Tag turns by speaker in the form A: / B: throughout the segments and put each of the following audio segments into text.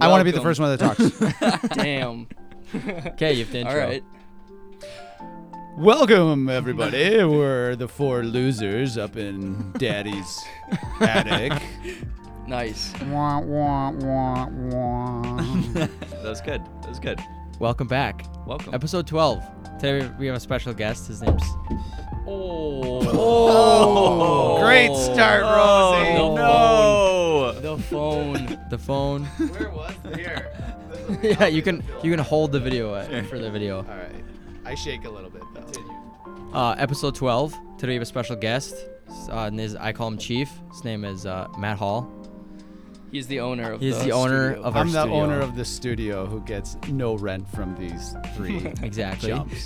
A: I want to be the first
B: Welcome.
A: one that talks.
B: Damn.
C: Okay, you've done
B: All right.
A: Welcome, everybody. We're the four losers up in Daddy's attic.
B: Nice.
A: wah, wah, wah, wah.
D: That was good. That was good.
C: Welcome back.
D: Welcome.
C: Episode 12. Today we- we have a special guest. His name's.
B: Oh.
A: Great start, Rosie.
B: no.
D: no.
B: The phone.
C: The phone.
A: Where was here?
C: yeah, you can you can hold the video uh, for the video.
A: All right. I shake a little bit though.
C: Uh, episode 12. Today we have a special guest. S- Uh, and his, I call him Chief. His name is uh, Matt Hall.
B: He's the owner of
C: He's
B: the
C: the owner
B: studio.
C: of our
A: I'm the
C: studio.
A: owner of the studio who gets no rent from these three
C: exactly.
A: jumps.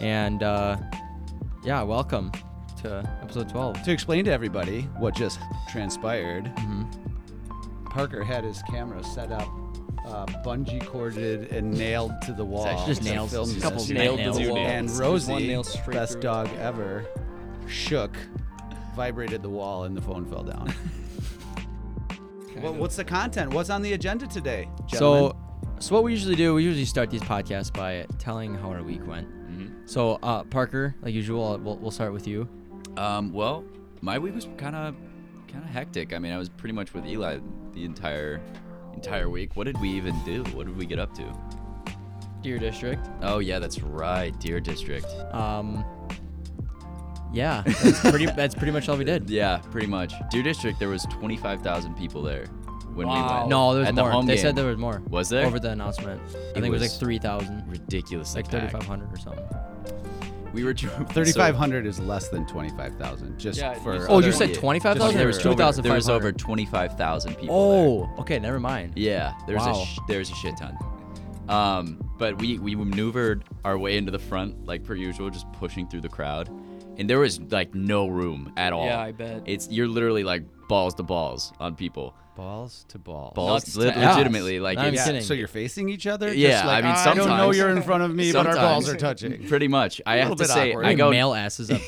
C: And uh, yeah, welcome to episode 12.
A: To explain to everybody what just transpired,
B: Mm-hmm.
A: Parker had his camera set up, uh, bungee corded and nailed to the wall.
D: actually
C: just
A: to
C: nails.
A: film
C: Just
A: this.
C: couple
B: nailed
C: nails.
B: to the
D: Two
B: wall.
D: nails.
A: And
B: There's one
A: Rosie,
B: nail straight
A: best
B: through.
A: dog ever, shook, vibrated the wall, and the phone fell down. well,
B: of.
A: what's the content? What's on the agenda today? Gentlemen?
C: So, so what we usually do, we usually start these podcasts by telling how our week went. So, uh, Parker, like usual, uh, we'll, we'll start with you.
D: Um, well, my week was kind of kind of hectic. I mean, I was pretty much with Eli the entire entire week. What did we even do? What did we get up to?
C: Deer District.
D: Oh yeah, that's right, Deer District.
C: Um, yeah, that's pretty. that's pretty much all we did.
D: Yeah, pretty much. Deer District. There was twenty five thousand people there when we
B: Wow.
D: went.
C: No, there was
D: At
C: more.
D: The home
C: they
D: game.
C: said there was more.
D: Was there?
C: over the announcement? I think it was,
D: was
C: like three thousand,
D: ridiculously
C: like
D: packed.
C: thirty five hundred or something.
D: We were dr- so-
A: 3,500 is less than 25,000. Just
B: Yeah,
A: for.
B: just-
C: Oh,
D: Other-
C: you said
D: yeah.
C: twenty five
A: Just
C: thousand. There was
A: over-
C: two thousand
D: There
C: five
D: was over
C: hundred.
D: twenty five thousand people. there.
C: Oh, okay, never mind.
D: Yeah, there's
C: Wow.
D: a sh- there's a shit ton. Um, but we we maneuvered our way into the front like per usual, just pushing through the crowd, and there was like no room at all.
B: Yeah, I bet.
D: It's you're literally like balls to balls on people.
A: Balls to balls.
B: Nuts
D: Balls
B: to
D: le-
B: ass.
D: legitimately like
C: I'm
D: it's-
A: Yeah,
C: kidding.
A: So you're facing each other? Just
D: Yeah,
A: like,
D: I mean,
A: I don't know
D: sometimes-
A: you're in front of me, but our balls are
D: sometimes.
A: touching.
D: pretty much. I
A: little
D: have to
A: bit
D: say
A: awkward.
D: I
C: I
D: go
C: male asses up.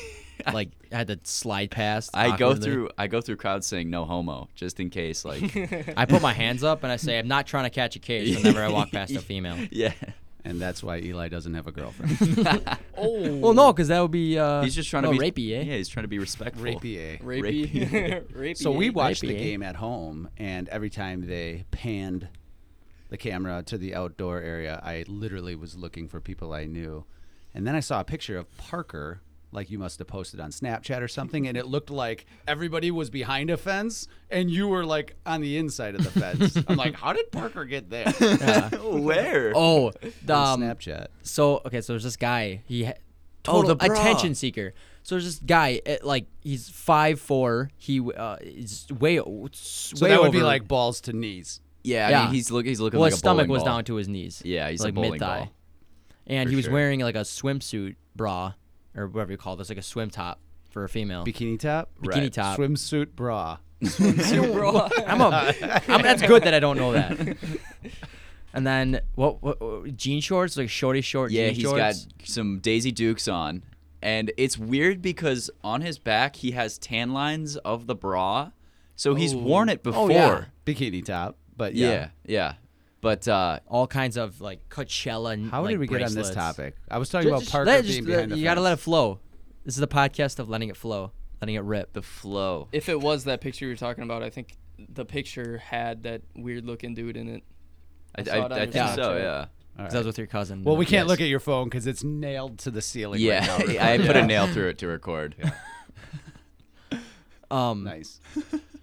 C: like I had to slide past.
D: I go
C: awkwardly.
D: through I go through crowds saying no homo just in case like
C: I put my hands up and I say I'm not trying to catch a case whenever I walk past a female.
D: yeah.
A: And that's why Eli doesn't have a girlfriend.
B: oh.
C: Well, no, because that would be. Uh,
D: He's just trying to
C: no,
D: be
C: rapey, eh?
D: Yeah, he's trying to be respectful.
A: Rapey A.
B: Rapey. Rapey.
A: So we watched the
C: rapey, eh?
A: game at home, and every time they panned the camera to the outdoor area, I literally was looking for people I knew. And then I saw a picture of Parker, like you must have posted on Snapchat or something, and it looked like everybody was behind a fence, and you were like on the inside of the fence. I'm like, how did Parker get there? eh?
D: Where?
C: Oh, the,
A: on
C: um,
A: Snapchat.
C: so okay, so there's this guy. He ha-
D: Oh,
C: total
D: the bra.
C: attention seeker. So there's this guy, eh, like he's five four. He uh, is way,
A: So
C: way
A: that would
C: over.
A: be like balls to knees.
D: Yeah, I
C: yeah.
D: mean he's look he's looking
C: well,
D: like
C: his
D: a
C: stomach
D: bowling
C: was
D: ball.
C: down to his knees.
D: Yeah, he's a
C: like
D: bowling
C: mid-thigh.
D: ball.
C: And
D: For
C: he was
D: sure.
C: wearing like a swimsuit bra, or whatever you call this, like a swim top for a female.
A: Bikini top?
C: Bikini top.
A: Swimsuit bra.
B: Bro.
C: I'm a. I'm, that's good that I don't know that. And then what, what, what- Jean shorts like shorty short.
D: Yeah,
C: jean
D: he's
C: shorts.
D: got some Daisy Dukes on. And it's weird because on his back he has tan lines of the bra. So he's worn it before.
C: Oh, yeah.
A: Bikini top. But
D: yeah.
A: yeah.
D: yeah, But uh
C: all kinds of like Coachella.
A: How
C: like,
A: did we get on this
C: bracelets.
A: topic? I was talking
C: Just-
A: about
C: just
A: Parker
C: let-
A: being
C: just
A: behind
C: let-
A: the
C: you gotta
A: fence.
C: let it flow. This is the podcast of letting it flow, letting it rip.
D: the flow.
B: If it was that picture you were talking about, I think the picture had that weird looking dude in it.
D: I,
B: saw
D: I-
B: it on
D: I
B: your
D: think
C: Snapchat.
D: so, yeah.
C: 'Cause I was with your cousin.
A: Well, we can't
C: Yes.
A: look at your phone because it's nailed to the ceiling.
D: Yeah.
A: right now,
D: I
A: Rick.
D: put
A: Yeah.
D: a nail through it to record.
C: Um,
A: Nice.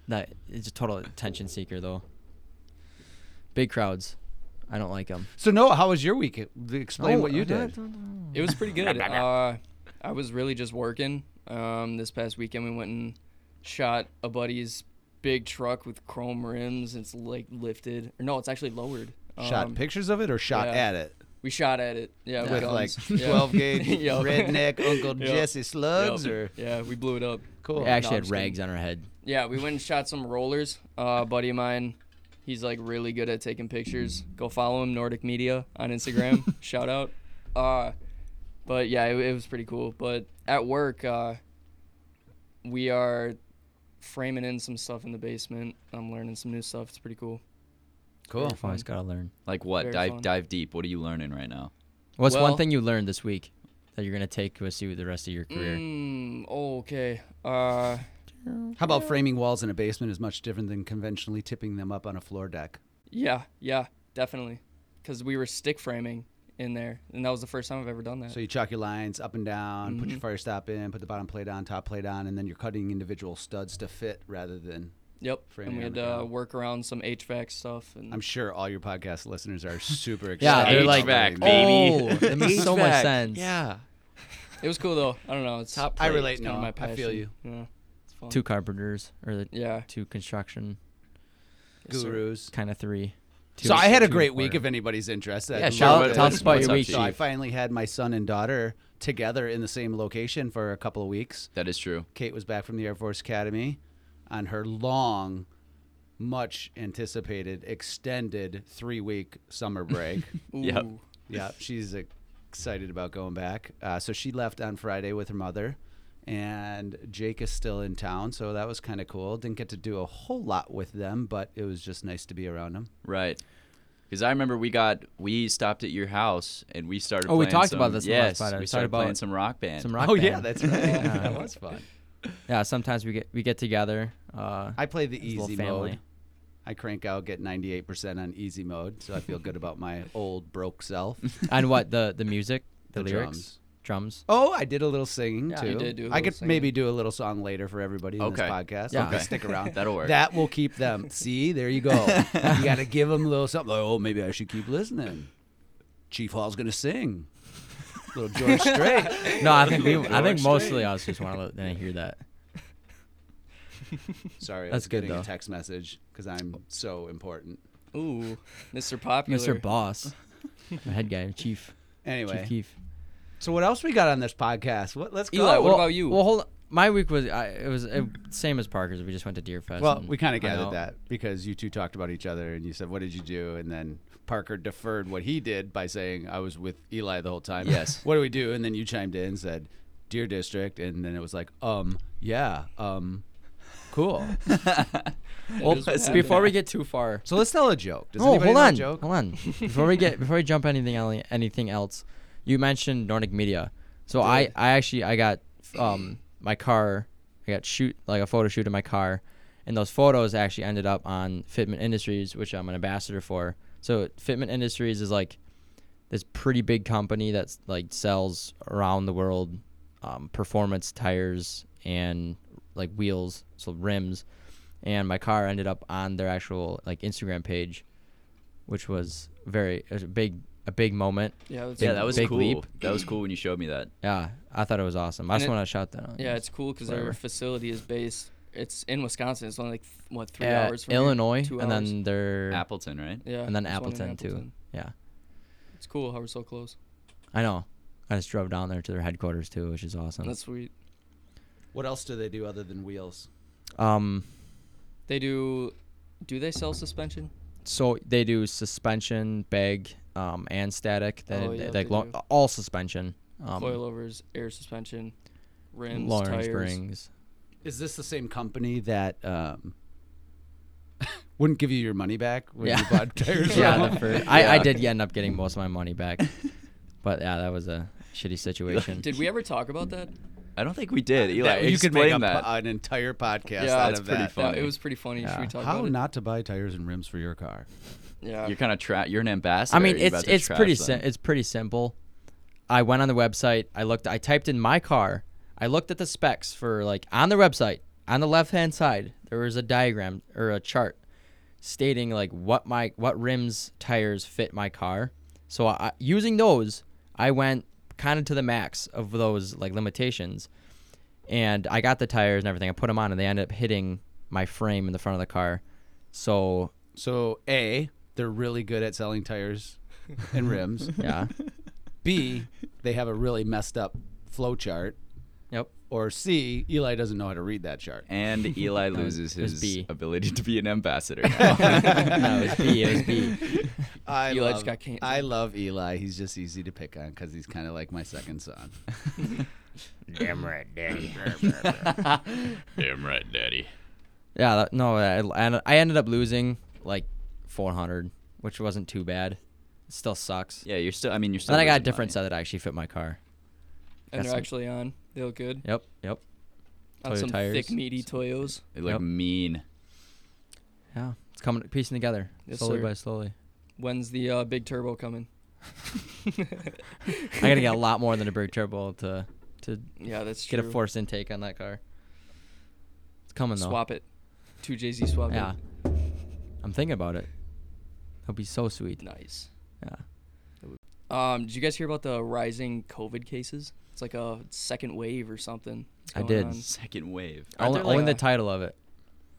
C: that it's a total attention seeker though. Big crowds, I don't like them.
A: So, Noah, how was your week? Explain what you did.
B: It was pretty good. uh, I was really just working. Um, this past weekend, we went and shot a buddy's big truck with chrome rims. It's like lifted. Or no, it's actually lowered.
A: shot
B: Um,
A: pictures of it or shot
B: yeah.
A: at it
B: We shot at it. Yeah,
A: with like
B: guns. Yeah.
A: 12 gauge
B: Yo.
A: redneck Uncle
B: Yo.
A: Jesse slugs
B: Yep.
A: or
B: Yeah, we blew it up.
A: cool.
C: We actually
B: No, I'm
C: had
B: just kidding.
C: rags on our head.
B: Yeah, we went and shot some rollers. Uh, a buddy of mine, he's like really good at taking pictures. Go follow him, Nordic Media on Instagram. Shout out. Uh, but yeah, it, it was pretty cool. But at work, uh, we are framing in some stuff in the basement. I'm learning some new stuff. It's pretty cool.
A: Cool.
C: I've always gotta learn.
D: Like what?
B: Very
D: dive
B: fun.
D: dive deep. What are you learning right now?
C: What's
B: Well-
C: one thing you learned this week that you're gonna take with you the rest of your career?
B: Mm, okay. Uh,
A: How about framing walls in a basement is much different than conventionally tipping them up on a floor deck?
B: yeah, yeah, definitely. Because we were stick framing in there, and that was the first time I've ever done that.
A: So you chalk your lines up and down, put your fire stop in, put the bottom plate on, top plate on, and then you're cutting individual studs to fit rather than.
B: yep.
A: framing
B: And
A: on
B: we had
A: the
B: to
A: ground.
B: work around some HVAC stuff. And
A: I'm sure all your podcast listeners are super excited.
C: Yeah, they're like,
A: about
D: HVAC,
A: that.
D: baby.
C: Oh, that makes so much
D: HVAC.
C: sense.
D: Yeah.
B: it was cool though. I don't know. It's
D: Top
A: I
D: plate.
A: relate.
B: it's kind
A: No,
B: of my
A: I
B: passion.
A: feel you.
B: Yeah. It's fun.
C: Two carpenters or the
B: Yeah.
C: two construction
B: Yes, sir.
A: Gurus.
C: kind of three.
A: so I had a
C: two
A: great week.
C: quarter.
A: If anybody's interested,
D: Yeah,
A: I'd
D: sure.
A: love
D: What-
A: to-
D: tell us about
A: what's
D: your
A: up,
D: week,
A: So I
D: Chief.
A: finally had my son and daughter together in the same location for a couple of weeks.
D: That is true.
A: Kate was back from the Air Force Academy on her long, much anticipated, extended three week summer break.
D: Yep.
B: Ooh.
A: yeah, she's excited about going back. Uh, so she left on Friday with her mother, and Jake is still in town. So that was kind of cool. Didn't get to do a whole lot with them, but it was just nice to be around them.
D: Right. Because I remember we got we stopped at your house and we started.
C: Oh, we
D: playing
C: talked
D: some-
C: about this in the last
D: Yes,
C: pod. I
D: we
C: was
D: started
C: talking
D: playing
C: about
D: some rock band.
C: Some rock
A: oh,
C: band.
A: yeah, that's right. that was fun.
C: yeah. Sometimes we get we get together. Uh,
A: I play the
C: His little
A: easy
C: family.
A: mode. I crank out, get 98% on easy mode, so I feel good about my old broke self.
C: and what the the music, the,
A: The
C: lyrics, drums.
A: Oh, I did a little singing
B: Yeah,
A: too.
B: you did do a
A: I
B: little
A: could
B: singing.
A: maybe do a little song later for everybody in
D: Okay.
A: this podcast.
C: Yeah.
A: Okay,
D: Okay.
A: stick around.
D: That'll work.
A: That will keep them. See, there you go. you got to give them a little something. Like, oh, maybe I should keep listening. Chief Hall's gonna sing. Little George Strait.
C: No, I think we, I think mostly us just want to hear that.
A: Sorry, I
C: That's
A: was
C: good,
A: getting
C: though.
A: a text message because I'm so important.
B: Ooh. Mr. Popular.
C: Mr. Boss, the head guy, chief,
A: Anyway,
C: chief Keef.
A: so what else we got on this podcast? What? Let's go.
B: Eli, what
C: well,
B: about you?
C: Well, hold on. My week was I, it was it, same as Parker's. We just went to Deer Fest.
A: Well,
C: and
A: we kind of
C: hung
A: gathered
C: out.
A: that because you two talked about each other and you said, What did you do? And then Parker deferred what he did by saying, I was with Eli the whole time.
D: Yes.
A: What do we do? And then you chimed in and said, Dear District. And then it was like, Um, yeah, um, cool.
C: Well,
B: It is what happened.
C: before we get too far,
A: so let's tell a joke. Does
C: oh,
A: anybody
C: hold
A: know a
C: on,
A: joke?
C: hold on. Before we get before we jump anything el- anything else, you mentioned Nordic Media. So I I actually I got um my car I got shoot like a photo shoot in my car, and those photos actually ended up on Fitment Industries, which I'm an ambassador for. So Fitment Industries is like this pretty big company that's like sells around the world um, performance tires and like wheels, so rims. And my car ended up on their actual like Instagram page, which was very it was a big a big moment.
B: Yeah. That's
D: yeah,
C: Big-
D: that was
C: big
D: cool.
C: leap.
D: That was cool when you showed me that.
C: Yeah, I thought it was awesome. I
B: And
C: just
B: it-
C: want to shout that out.
B: Yeah, it's cool because
C: whatever.
B: their facility is based. It's in Wisconsin. It's only like th- what three
C: Uh,
B: hours from here?
C: Illinois,
B: Two
C: and
B: hours?
C: then their
D: Appleton, right?
B: yeah,
C: and then
B: there's one in
C: Appleton, too. yeah.
B: It's cool how we're so close.
C: I know. I just drove down there to their headquarters too, which is awesome.
B: That's sweet.
A: What else do they do other than wheels?
C: um,
B: They do. Do they sell suspension?
C: so they do suspension, bag, um, and static. They,
B: Oh,
C: they-
B: yeah,
C: like
B: they
C: lo-
B: do.
C: all suspension. Um,
B: Coilovers, air suspension, rims,
C: lowering
B: tires.
C: springs.
A: Is this the same company that um, wouldn't give you your money back when you
C: Yeah.
A: bought tires? from
C: Yeah,
A: them?
C: the first, I, I
D: Yeah.
C: did end up getting most of my money back, but yeah, that was a shitty situation.
B: Did we ever talk about that?
D: I don't think we did. Eli,
A: That- you could make
D: explain
A: a po-
D: Uh, that.
A: an entire podcast
B: Yeah,
A: out
B: that's
A: of
D: pretty
A: that.
D: fun.
B: Yeah,
D: Funny.
B: it was pretty funny. Should
C: Yeah.
B: we talk
A: How
B: about
A: not to buy tires and rims for your car?
B: it? Yeah.
D: You're kind of tra- You're an ambassador.
C: I mean,
D: You're
C: it's
D: about to
C: it's
D: trash
C: pretty
D: them.
C: sim- it's pretty simple. I went on the website. I looked. I typed in my car. I looked at the specs for like on the website. On the left hand side, there was a diagram or a chart stating like what my what rims tires fit my car. So I, using those, I went kind of to the max of those like limitations, and I got the tires and everything. I put them on, and they ended up hitting my frame in the front of the car. So
A: So A, they're really good at selling tires and rims.
C: yeah,
A: B, they have a really messed up flow chart.
C: yep.
A: Or C, Eli doesn't know how to read that chart.
D: And Eli loses
C: was
D: his
C: B.
D: ability to be an ambassador. now.
C: no, it was B. It was B.
A: I
B: Eli
A: love,
B: just got canceled.
A: I love Eli. He's just easy to pick on because he's kind of like my second son.
E: Damn right, daddy.
D: Damn right, Daddy.
C: Yeah, that, no, I, I ended up losing like 400 which wasn't too bad. It still sucks.
D: Yeah, you're still. I mean, you're
C: And
D: still.
C: then I got a
D: losing
C: different
D: money.
C: set that actually fit my car.
B: and
C: Got
B: they're
C: some-
B: actually on. They look good.
C: Yep, yep.
B: On
C: Toyo
B: some
C: tires.
B: thick, meaty Toyos.
D: They look
C: Yep.
D: mean.
C: Yeah, it's coming piecing together
B: Yes,
C: slowly
B: sir.
C: by slowly.
B: When's the uh, big turbo coming?
C: I gotta get a lot more than a brake turbo to to
B: Yeah, that's true.
C: get a force intake on that car. It's coming though.
B: Swap it. Two JZ swap
C: Yeah,
B: it.
C: I'm thinking about it. That'd be so sweet.
B: Nice.
C: Yeah.
B: Um, did you guys hear about the rising COVID cases? It's like a second wave or something. that's
C: I
B: going
C: did.
B: on.
D: Second wave. Aren't
C: Only,
D: there,
C: only
D: like-
C: the title of it.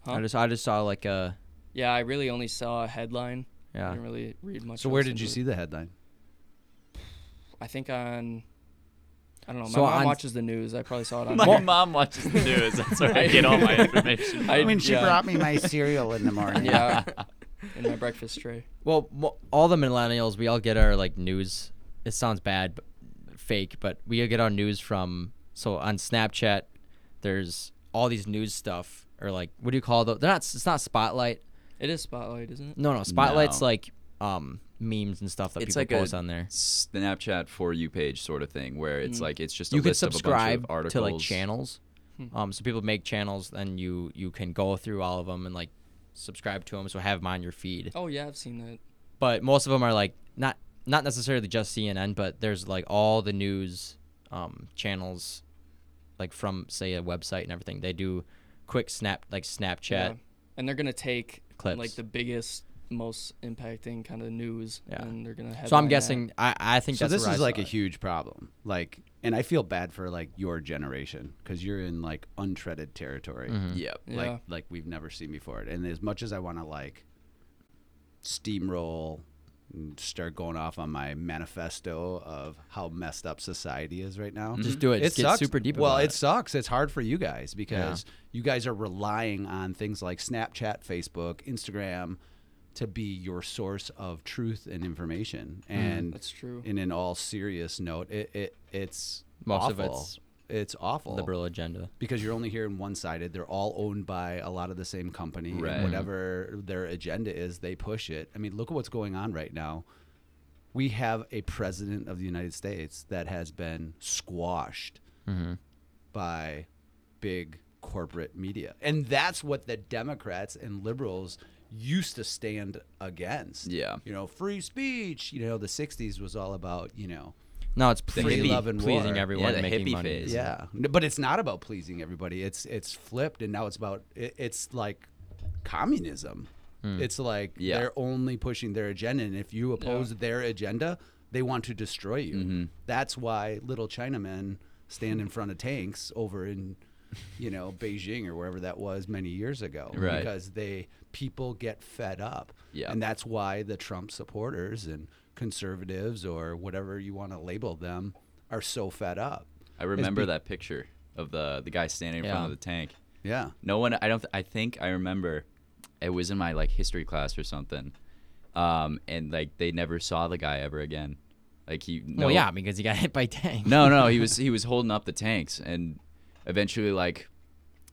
B: Huh?
C: I just I just saw like a
B: Yeah, I really only saw a headline. I
C: yeah.
B: didn't really read much.
A: So where
B: else
A: did you
B: into it.
A: see the headline?
B: I think on. I don't know. My
C: So
B: mom
C: on-
B: watches the news. I probably saw it on.
D: my
B: there.
D: mom watches the news. That's where I get all my information.
B: I-
D: from.
B: mean, she yeah. brought
A: me my cereal in the morning.
B: yeah, in my breakfast tray.
C: Well, mo- all the millennials we all get our like news. It sounds bad, but fake, but we get our news from so on Snapchat. There's all these news stuff or like what do you call those? They're not. It's not Spotlight.
B: It is spotlight, isn't
A: Mm.
B: it?
C: No, no. Spotlight's
D: No.
C: like um memes and stuff that
D: It's
C: people
D: like a
C: post on there.
D: Snapchat for you page sort of thing where it's like it's just a
C: Mm. You could
D: list of a bunch of
C: subscribe
D: articles. Hmm.
C: to like channels. Um, so people make channels and you you can go through all of them and like subscribe to them. So have them on your feed.
B: Oh yeah, I've seen that.
C: but most of them are like not not necessarily just CNN, but there's like all the news um, channels, like from say a website and everything. They do quick snap like Snapchat.
B: Yeah. And they're gonna take
C: Clips.
B: like the biggest, most impacting kind of news.
C: Yeah.
B: And they're gonna.
C: So
B: headline
C: I'm
B: that.
C: guessing I I think
A: So
C: that's
A: this
C: where I
A: is like
C: saw
A: a
C: it.
A: huge problem. Like, and I feel bad for like your generation because you're in like untreaded territory.
D: Yep.
B: Yeah.
A: Like, like we've never seen before. And as much as I want to like steamroll and start going off on my manifesto of how messed up society is right now,
D: mm-hmm.
C: Just do Mm-hmm. it. Just get
A: sucks.
C: super deep.
A: Well,
C: about
A: it sucks. It's hard for you guys because you guys are relying on things like Snapchat, Facebook, Instagram to be your source of truth and information.
C: Mm.
A: And
B: That's true.
A: And in all serious note, it, it it's
C: Most of
A: awful.
C: it's
A: it's awful
C: it. liberal agenda.
A: because you're only hearing one sided. They're all owned by a lot of the same company. and
D: Right.
A: whatever their agenda is, they push it. I mean, look at what's going on right now. We have a president of the United States that has been squashed
D: Mm-hmm.
A: by big corporate media. And that's what the Democrats and liberals used to stand against.
D: Yeah.
A: You know, free speech. You know, the 60s was all about, you know,
C: No, it's pleasing,
D: hippie-
A: love and
C: pleasing
A: war.
C: everyone,
D: Yeah, the
C: making
D: hippie
C: money.
D: phase.
A: yeah, N- but it's not about pleasing everybody. It's it's flipped, and now it's about it, it's like communism. It's like
D: Hmm. Yeah.
A: they're only pushing their agenda, and if you oppose their agenda, they want to destroy you.
D: Mm-hmm.
A: That's why little Chinamen stand in front of tanks over in, you know, Beijing or wherever that was many years ago,
D: Right.
A: because they people get fed up,
D: Yeah.
A: and that's why the Trump supporters and conservatives or whatever you want to label them are so fed up.
D: I remember
A: be-
D: that picture of the the guy standing in front
C: Yeah.
D: of the tank.
A: Yeah.
D: No one. I don't. th- I think I remember. It was in my like history class or something, um, and like they never saw the guy ever again. Like he. No,
C: Well, yeah, because you got hit by tank.
D: No, no, he was he was holding up the tanks, and eventually like.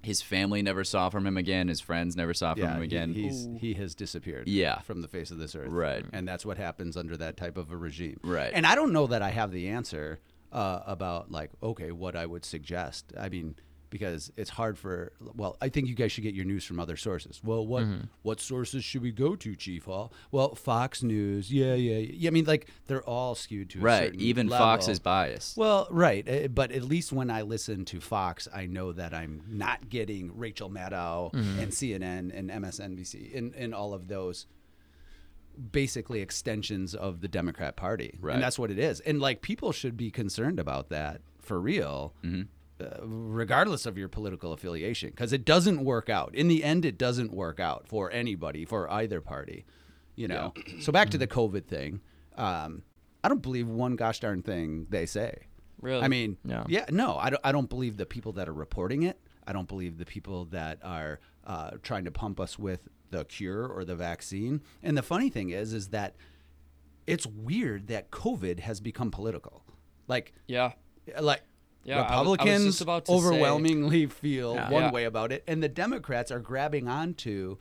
D: His family never saw from him again. His friends never saw from him
A: he-
D: again.
A: he's he has disappeared.
D: Yeah.
A: from the face of this earth.
D: Right.
A: and that's what happens under that type of a regime.
D: Right.
A: and I don't know that I have the answer uh, about like okay, what I would suggest. I mean, because it's hard for well, I think you guys should get your news from other sources. Well, what
D: Mm-hmm.
A: what sources should we go to, Chief Hall? Well, Fox News. Yeah, yeah, yeah. I mean, like they're all skewed to a
D: right.
A: certain
D: Even Fox
A: level.
D: is biased.
A: Well, right, eh, but at least when I listen to Fox, I know that I'm not getting Rachel Maddow and CNN and MSNBC and, and all of those basically extensions of the Democrat Party,
D: Right.
A: and that's what it is. And like people should be concerned about that for real, uh, regardless of your political affiliation, because it doesn't work out. In the end, it doesn't work out for anybody for either party, you know. so back to the COVID thing. Um, I don't believe one gosh darn thing they say.
B: Really?
A: I mean,
C: Yeah.
A: yeah, no, I don't, I don't believe the people that are reporting it. I don't believe the people that are uh, trying to pump us with the cure or the vaccine. And the funny thing is, is that it's weird that COVID has become political. Like,
B: Yeah.
A: uh, like
B: Yeah, I was- I was
A: Republicans
B: just about to say-
A: overwhelmingly feel one
B: Yeah.
A: way about it, and the Democrats are grabbing onto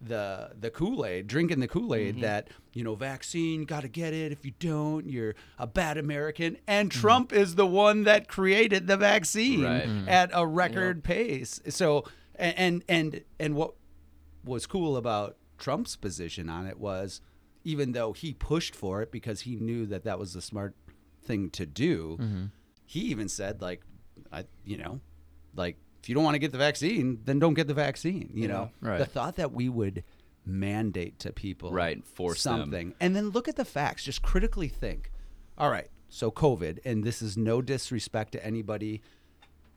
A: the the Kool Aid, drinking the Kool
B: Mm-hmm.
A: Aid that you know vaccine, got to get it. If you don't, you're a bad American. And Trump is the one that created the vaccine
D: Right.
B: Mm-hmm.
A: at a record pace. So a- and and and what was cool about Trump's position on it was even though he pushed for it because he knew that that was the smart thing to do,
D: Mm-hmm.
A: he even said like I you know, like if you don't want to get the vaccine, then don't get the vaccine, you know.
C: Right.
A: The thought that we would mandate to people
D: Right, force them.
A: something. And then look at the facts, just critically think. All right, so COVID and this is no disrespect to anybody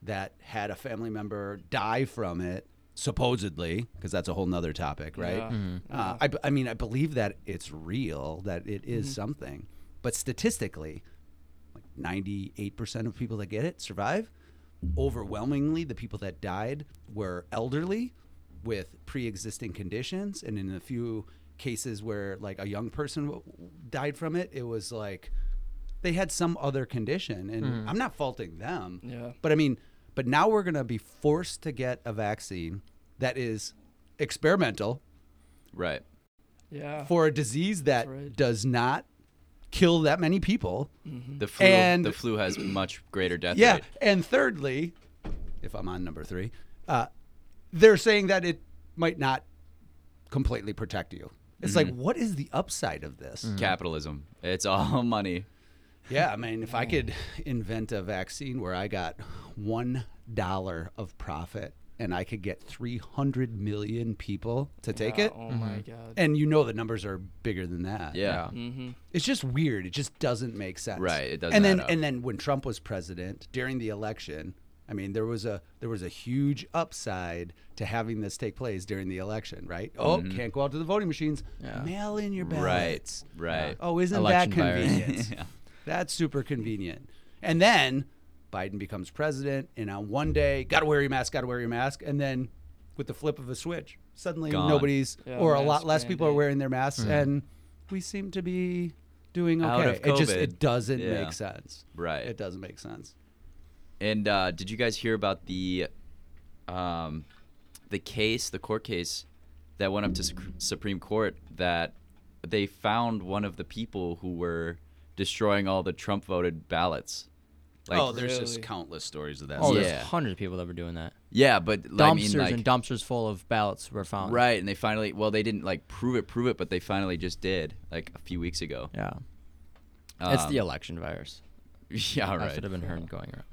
A: that had a family member die from it supposedly because that's a whole nother topic right
B: Yeah.
A: uh, I, b- I mean i believe that it's real that it is something but statistically like 98% of people that get it survive overwhelmingly the people that died were elderly with pre-existing conditions and in a few cases where like a young person w- w- died from it it was like they had some other condition and i'm not faulting them
B: Hmm. Yeah.
A: but I mean, but now we're going to be forced to get a vaccine that is experimental
D: Right.
B: Yeah.
A: for a disease that
B: Ah, right.
A: does not kill that many people.
C: mm-hmm.
D: The flu.
A: And-
D: the flu has much greater death
A: Yeah.
D: rate.
A: And thirdly, if I'm on number three, uh, they're saying that it might not completely protect you. It's like, what is the upside of this?
D: Mm. Capitalism. It's all money.
A: Yeah, I mean, if I could invent a vaccine where I got one dollar of profit and I could get three hundred million people to take
B: Yeah,
A: it, Mm-hmm. Eh.
B: Oh my god.
A: and you know the numbers are bigger than that.
D: Yeah.
A: it's just weird. It just doesn't make sense.
D: Right, it doesn't
A: And then
D: add up.
A: and then when Trump was president during the election, I mean, there was a there was a huge upside to having this take place during the election, right? Oh,
D: Mm-hmm.
A: can't go out to the voting machines. Mail in your
C: Mm-hmm.
A: ballots.
D: right.
A: Oh, isn't
C: Election
A: that
C: virus.
A: convenient? That's super convenient. And then Biden becomes president, and on
D: Mm-hmm.
A: one day, got to wear your mask, got to wear your mask, and then with the flip of a switch, suddenly
D: Gone. Mm-hmm.
A: nobody's
B: Yeah,
A: or a lot
B: mask
A: less people are
B: mandate.
A: wearing their masks, and we seem to be doing okay.
D: Out of
A: It just
D: COVID.
A: it doesn't
D: Yeah.
A: make sense.
D: Right.
A: It doesn't make sense.
D: And uh, did you guys hear about the, um, the case, the court case, that went up to Suc- Supreme Court that they found one of the people who were destroying all the Trump voted ballots. Like,
A: oh, there's just
B: really?
A: countless stories of that.
C: Oh,
A: yeah.
C: there's
D: Yeah.
C: hundreds of people that were doing that.
D: yeah, but I mean,
C: Dumpsters
D: like,
C: and dumpsters full of ballots were found.
D: right, and they finally, well, they didn't like prove it, prove it, but they finally just did like a few weeks ago.
C: Yeah. it's
D: Um,
C: the election virus.
D: yeah,
C: I
D: right.
C: should have been heard going around.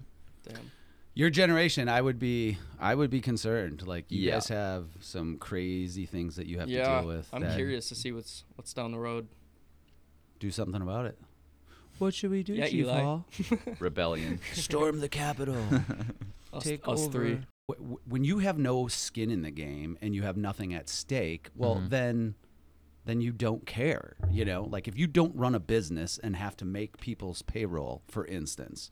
B: Damn.
A: Your generation, I would be, I would be concerned. Like you
D: Yeah.
A: guys have some crazy things that you have to
B: Yeah.
A: deal with.
B: I'm
A: that-
B: curious to see what's what's down the road.
A: Do something about it. What should we do,
B: Yeah,
A: Chief
B: Eli.
A: Hall?
D: Rebellion.
A: Storm the Capitol.
B: Us, us three.
A: Wh- wh- When you have no skin in the game and you have nothing at stake, well, then then you don't care. You know, like if you don't run a business and have to make people's payroll, for instance,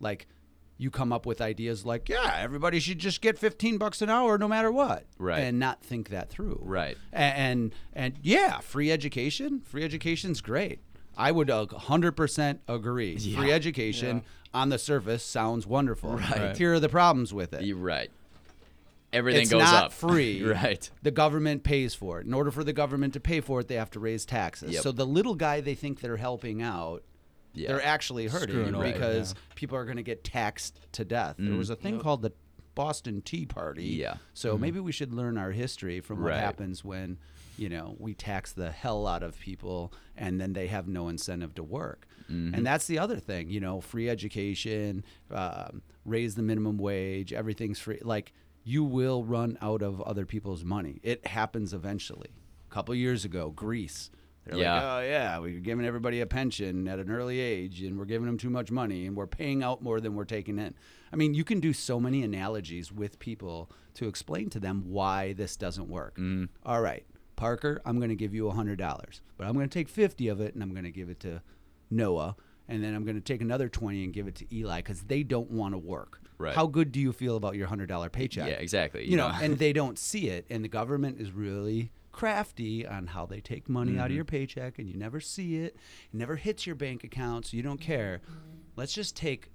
A: like you come up with ideas like, yeah, everybody should just get 15 bucks an hour no matter what.
D: Right.
A: And not think that through.
D: Right.
A: A- And and yeah, free education, free education's great. I would uh, 100% agree. Free education on the surface sounds wonderful.
D: Right.
A: Here are the problems with it.
D: You're right. Everything
A: it's
D: goes
A: not
D: up.
A: free.
D: right.
A: The government pays for it. In order for the government to pay for it, they have to raise taxes.
D: Yep.
A: So the little guy they think they're helping out,
D: Yeah.
A: they're actually hurting
C: Screwing over,
A: because people are going to get taxed to death. There was a thing called the Boston Tea Party.
D: Mm. Yeah. Mm-hmm.
A: So maybe we should learn our history from what
D: Right.
A: happens when, you know, we tax the hell out of people and then they have no incentive to work.
D: Mm-hmm.
A: And that's the other thing, you know, free education, um, raise the minimum wage, everything's free. Like you will run out of other people's money. It happens eventually. A couple years ago, Greece. They're like,
D: Yeah.
A: oh yeah, we're giving everybody a pension at an early age, and we're giving them too much money, and we're paying out more than we're taking in. I mean, you can do so many analogies with people to explain to them why this doesn't work.
D: Mm-hmm.
A: All right, Parker, I'm going to give you hundred dollars, but I'm going to take fifty of it, and I'm going to give it to Noah, and then I'm going to take another twenty and give it to Eli because they don't want to work.
D: Right.
A: How good do you feel about your hundred dollar paycheck?
D: Yeah, exactly.
A: you know, and they don't see it. And the government is really crafty on how they take money out of your paycheck, and you never see it. It never hits your bank account, so you don't care. Let's just take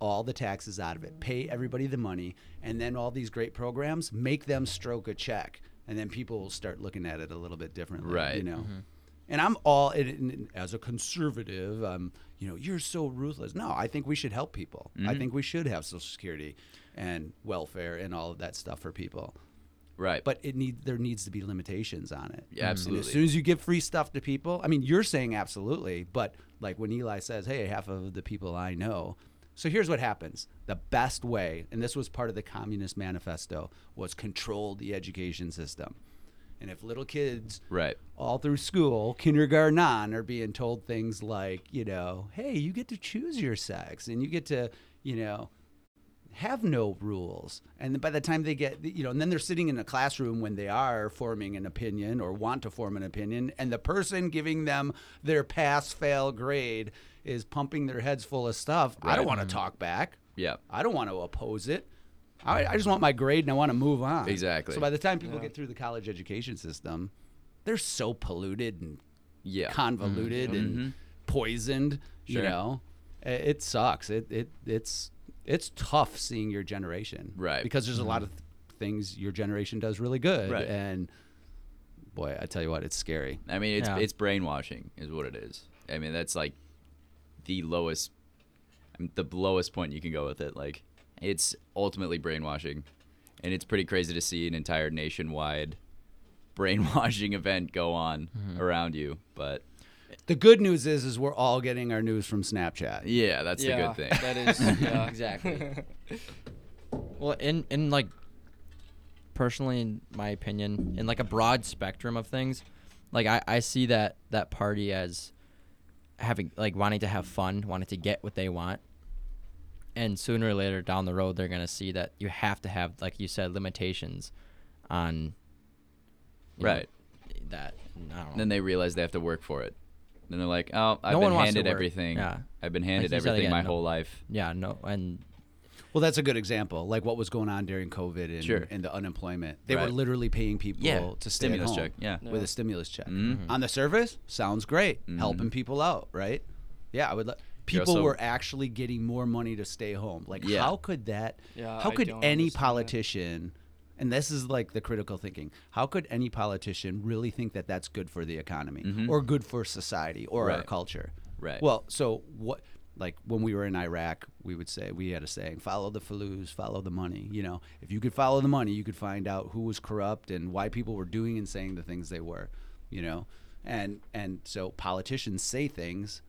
A: all the taxes out of it, pay everybody the money, and then all these great programs, make them stroke a check. and then people will start looking at it a little bit differently, You
D: Right.
A: know. And I'm all and- and as a conservative. Um, you know, you're so ruthless. No, I think we should help people. I think we should have Social Security and welfare and all of that stuff for people.
D: Right.
A: But it need there needs to be limitations on it.
D: Yeah,
A: And
D: absolutely.
A: as soon as you give free stuff to people, I mean, you're saying absolutely, but like when Eli says, "Hey, half of the people I know." So here's what happens. The best way, and this was part of the Communist Manifesto, was control the education system. And if little kids
D: right.
A: all through school, kindergarten on, are being told things like, you know, hey, you get to choose your sex and you get to, you know, have no rules. And by the time they get, you know, and then they're sitting in a classroom when they are forming an opinion or want to form an opinion, and the person giving them their pass fail grade is pumping their heads full of stuff. I don't
D: Right. Mm-hmm.
A: want to talk back.
D: Yeah.
A: I don't want to oppose it. I, I just want my grade and I want to move on.
D: Exactly.
A: So by the time people get through the college education system, they're so polluted and
D: Yeah.
A: convoluted and poisoned.
D: Mm-hmm. Sure.
A: You know, I- it sucks. It it it's it's tough seeing your generation,
D: Right. Mm-hmm.
A: Because there's a lot of th- things your generation does really good,
D: Right.
A: and boy, I tell you what, it's scary.
D: I mean, it's
C: Yeah.
D: it's brainwashing is what it is. I mean, that's like the lowest, I mean, the lowest point you can go with it. Like, it's ultimately brainwashing, and it's pretty crazy to see an entire nationwide brainwashing event go on around you. But
A: The good news is, is we're all getting our news from Snapchat.
D: yeah, that's
B: yeah,
D: the good thing.
B: That is yeah.
C: Exactly. well, in in like personally, in my opinion, in like a broad spectrum of things, like I I see that that party as having like wanting to have fun, wanting to get what they want, and sooner or later down the road, they're gonna see that you have to have like you said limitations on you know,
D: right.
C: that. and I don't know.
D: Then they realize they have to work for it. Then they're like, oh, I've
C: No one
D: been
C: wants to
D: handed
C: work.
D: everything.
C: Yeah.
D: I've been handed
C: you said
D: everything
C: again,
D: my
C: no-
D: whole life.
C: yeah, no, and
A: Well, that's a good example. Like what was going on during COVID and,
D: Sure.
A: and the unemployment. They
D: Right.
A: were literally paying people
D: Yeah,
A: to stay at
D: stimulus
A: home
D: check, yeah. Mm-hmm.
A: with
B: Yeah.
A: a stimulus check. On the surface, sounds great. Helping people out, right? Yeah, I would. Lo-
D: You're
A: people
D: also-
A: were actually getting more money to stay home. Like,
D: Yeah.
A: how could that?
B: Yeah,
A: how
B: I
A: could
B: don't
A: any
B: understand that.
A: politician? And this is like the critical thinking. How could any politician really think that that's good for the economy or good for society or our
D: Mm-hmm. Right.
A: culture?
D: Right.
A: Well, so what? Like when we were in Iraq, we would say we had a saying: "Follow the faloos, follow the money." You know, if you could follow the money, you could find out who was corrupt and why people were doing and saying the things they were. You know, and and so politicians say things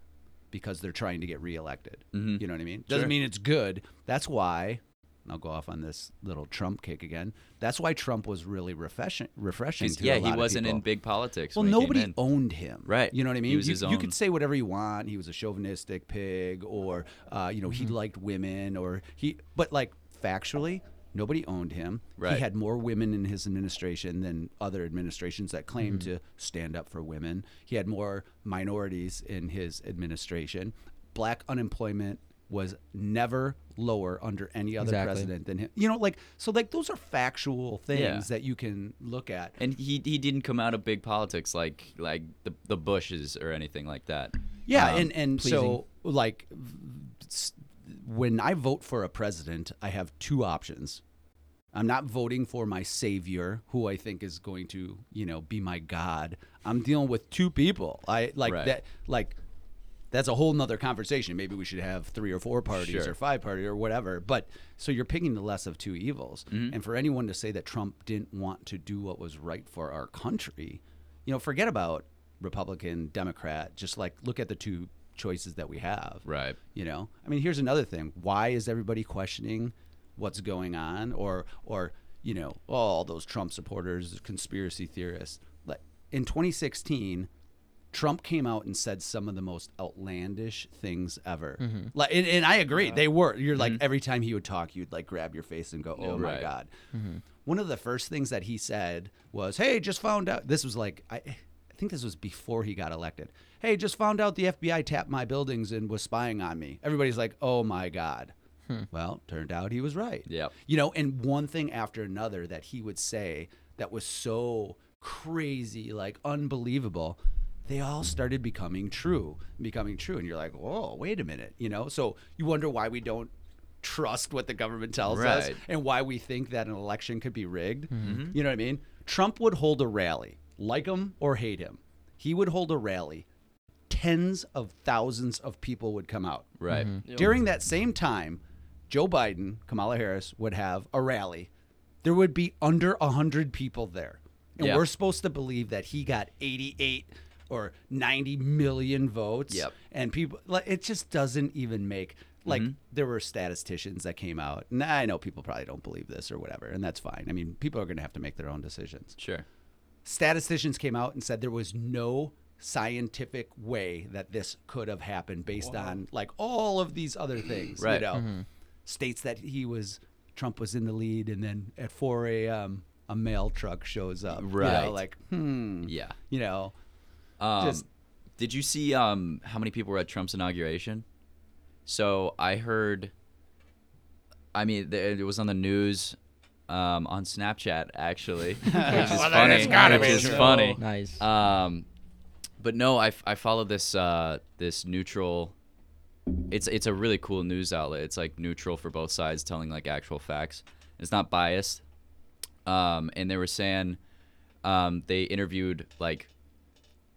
A: because they're trying to get reelected. You know what I mean?
D: Mm-hmm.
A: Doesn't
D: Sure.
A: mean it's good. That's why. And I'll go off on this little Trump kick again. That's why Trump was really refreshing. Refreshing.
D: 'Cause,
A: To
D: yeah,
A: a lot
D: he
A: of
D: wasn't
A: people.
D: in big politics.
A: Well,
D: when he came
A: nobody
D: in.
A: owned him,
D: Right.
A: You know what I
D: He
A: mean.
D: was
A: you,
D: his
A: you
D: own.
A: could say whatever you want. He was a chauvinistic pig, or uh, you know, he liked women, or he. But like factually, nobody owned him.
D: Right.
A: He had more women in his administration than other administrations that claimed
D: Mm-hmm.
A: to stand up for women. He had more minorities in his administration. Black unemployment was never lower under any other
C: Exactly.
A: president than him. You know, like so, like those are factual things
D: Yeah.
A: that you can look at.
D: And he he didn't come out of big politics like like the the Bushes or anything like that.
A: Yeah,
D: Um,
A: and and so like s- when I vote for a president, I have two options. I'm not voting for my savior, who I think is going to, you know, be my god. I'm dealing with two people. I like
D: Right.
A: that. Like that's a whole nother conversation. Maybe we should have three or four parties
D: Sure.
A: or five party or whatever. But so you're picking the less of two evils. And for anyone to say that Trump didn't want to do what was right for our country, you know, forget about Republican, Democrat. Just like look at the two choices that we have.
D: Right.
A: You know, I mean, here's another thing. Why is everybody questioning what's going on, or or you know, oh, all those Trump supporters, conspiracy theorists? Like in 2016, Trump came out and said some of the most outlandish things ever.
D: Mm-hmm.
A: Like, and, and I agree, they were. You're like every time he would talk, you'd like grab your face and go, "Oh my
D: Right.
A: god."
D: Mm-hmm.
A: One of the first things that he said was, "Hey, just found out." This was like I, I think this was before he got elected. Hey, just found out the FBI tapped my buildings and was spying on me. Everybody's like, "Oh my god." Well, turned out he was right.
D: Hmm. Yep.
A: You know, and one thing after another that he would say that was so crazy, like unbelievable, they all started becoming true, becoming true. And you're like, whoa, wait a minute, you know? So you wonder why we don't trust what the government tells us
D: Right.
A: and why we think that an election could be rigged. You know what I mean? Trump would hold a rally, like him or hate him. He would hold a rally. Tens of thousands of people would come out.
D: Right.
B: Yep.
A: During that same time, Joe Biden, Kamala Harris would have a rally. There would be under 100 people there. And
D: Yeah.
A: we're supposed to believe that he got 88 or 90 million votes.
D: Yep. Mm-hmm.
A: And people, like, it just doesn't even make. Like there were statisticians that came out, and I know people probably don't believe this or whatever, and that's fine. I mean, people are going to have to make their own decisions
D: Sure.
A: statisticians came out and said there was no scientific way that this could have happened based on like all of these other things you
D: Right. Mm-hmm.
A: know states that he was trump was in the lead and then at 4 a.m a mail truck shows up you know,
D: Right.
A: like
E: Mm.
A: hmm
D: Yeah.
A: you know
D: Um,
A: Just-
D: did you see um, how many people were at Trump's inauguration? So I heard. I mean, th- it was on the news, um, on Snapchat actually, which is
E: Well, then
D: funny.
E: it's gotta
D: which
E: be
D: is
E: true.
D: funny.
C: Nice.
D: Um, but no, I, f- I follow this uh, this neutral. It's it's a really cool news outlet. It's like neutral for both sides, telling like actual facts. It's not biased. Um, and they were saying um, they interviewed like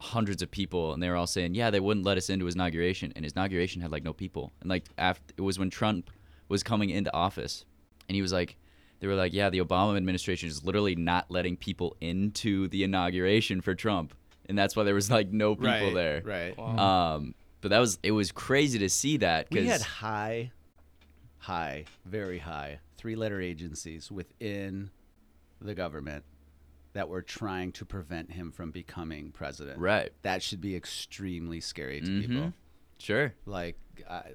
D: hundreds of people, and they were all saying, yeah, they wouldn't let us into his inauguration, and his inauguration had like no people. And like after it was when Trump was coming into office, and he was like, they were like, yeah, the Obama administration is literally not letting people into the inauguration for Trump, and that's why there was like no people there.
A: right
D: Um, but that was it was crazy to see that
A: we had
D: because
A: high high very high three letter agencies within the government that were trying to prevent him from becoming president
D: right,
A: that should be extremely scary to people
D: Mhm. sure,
A: like I,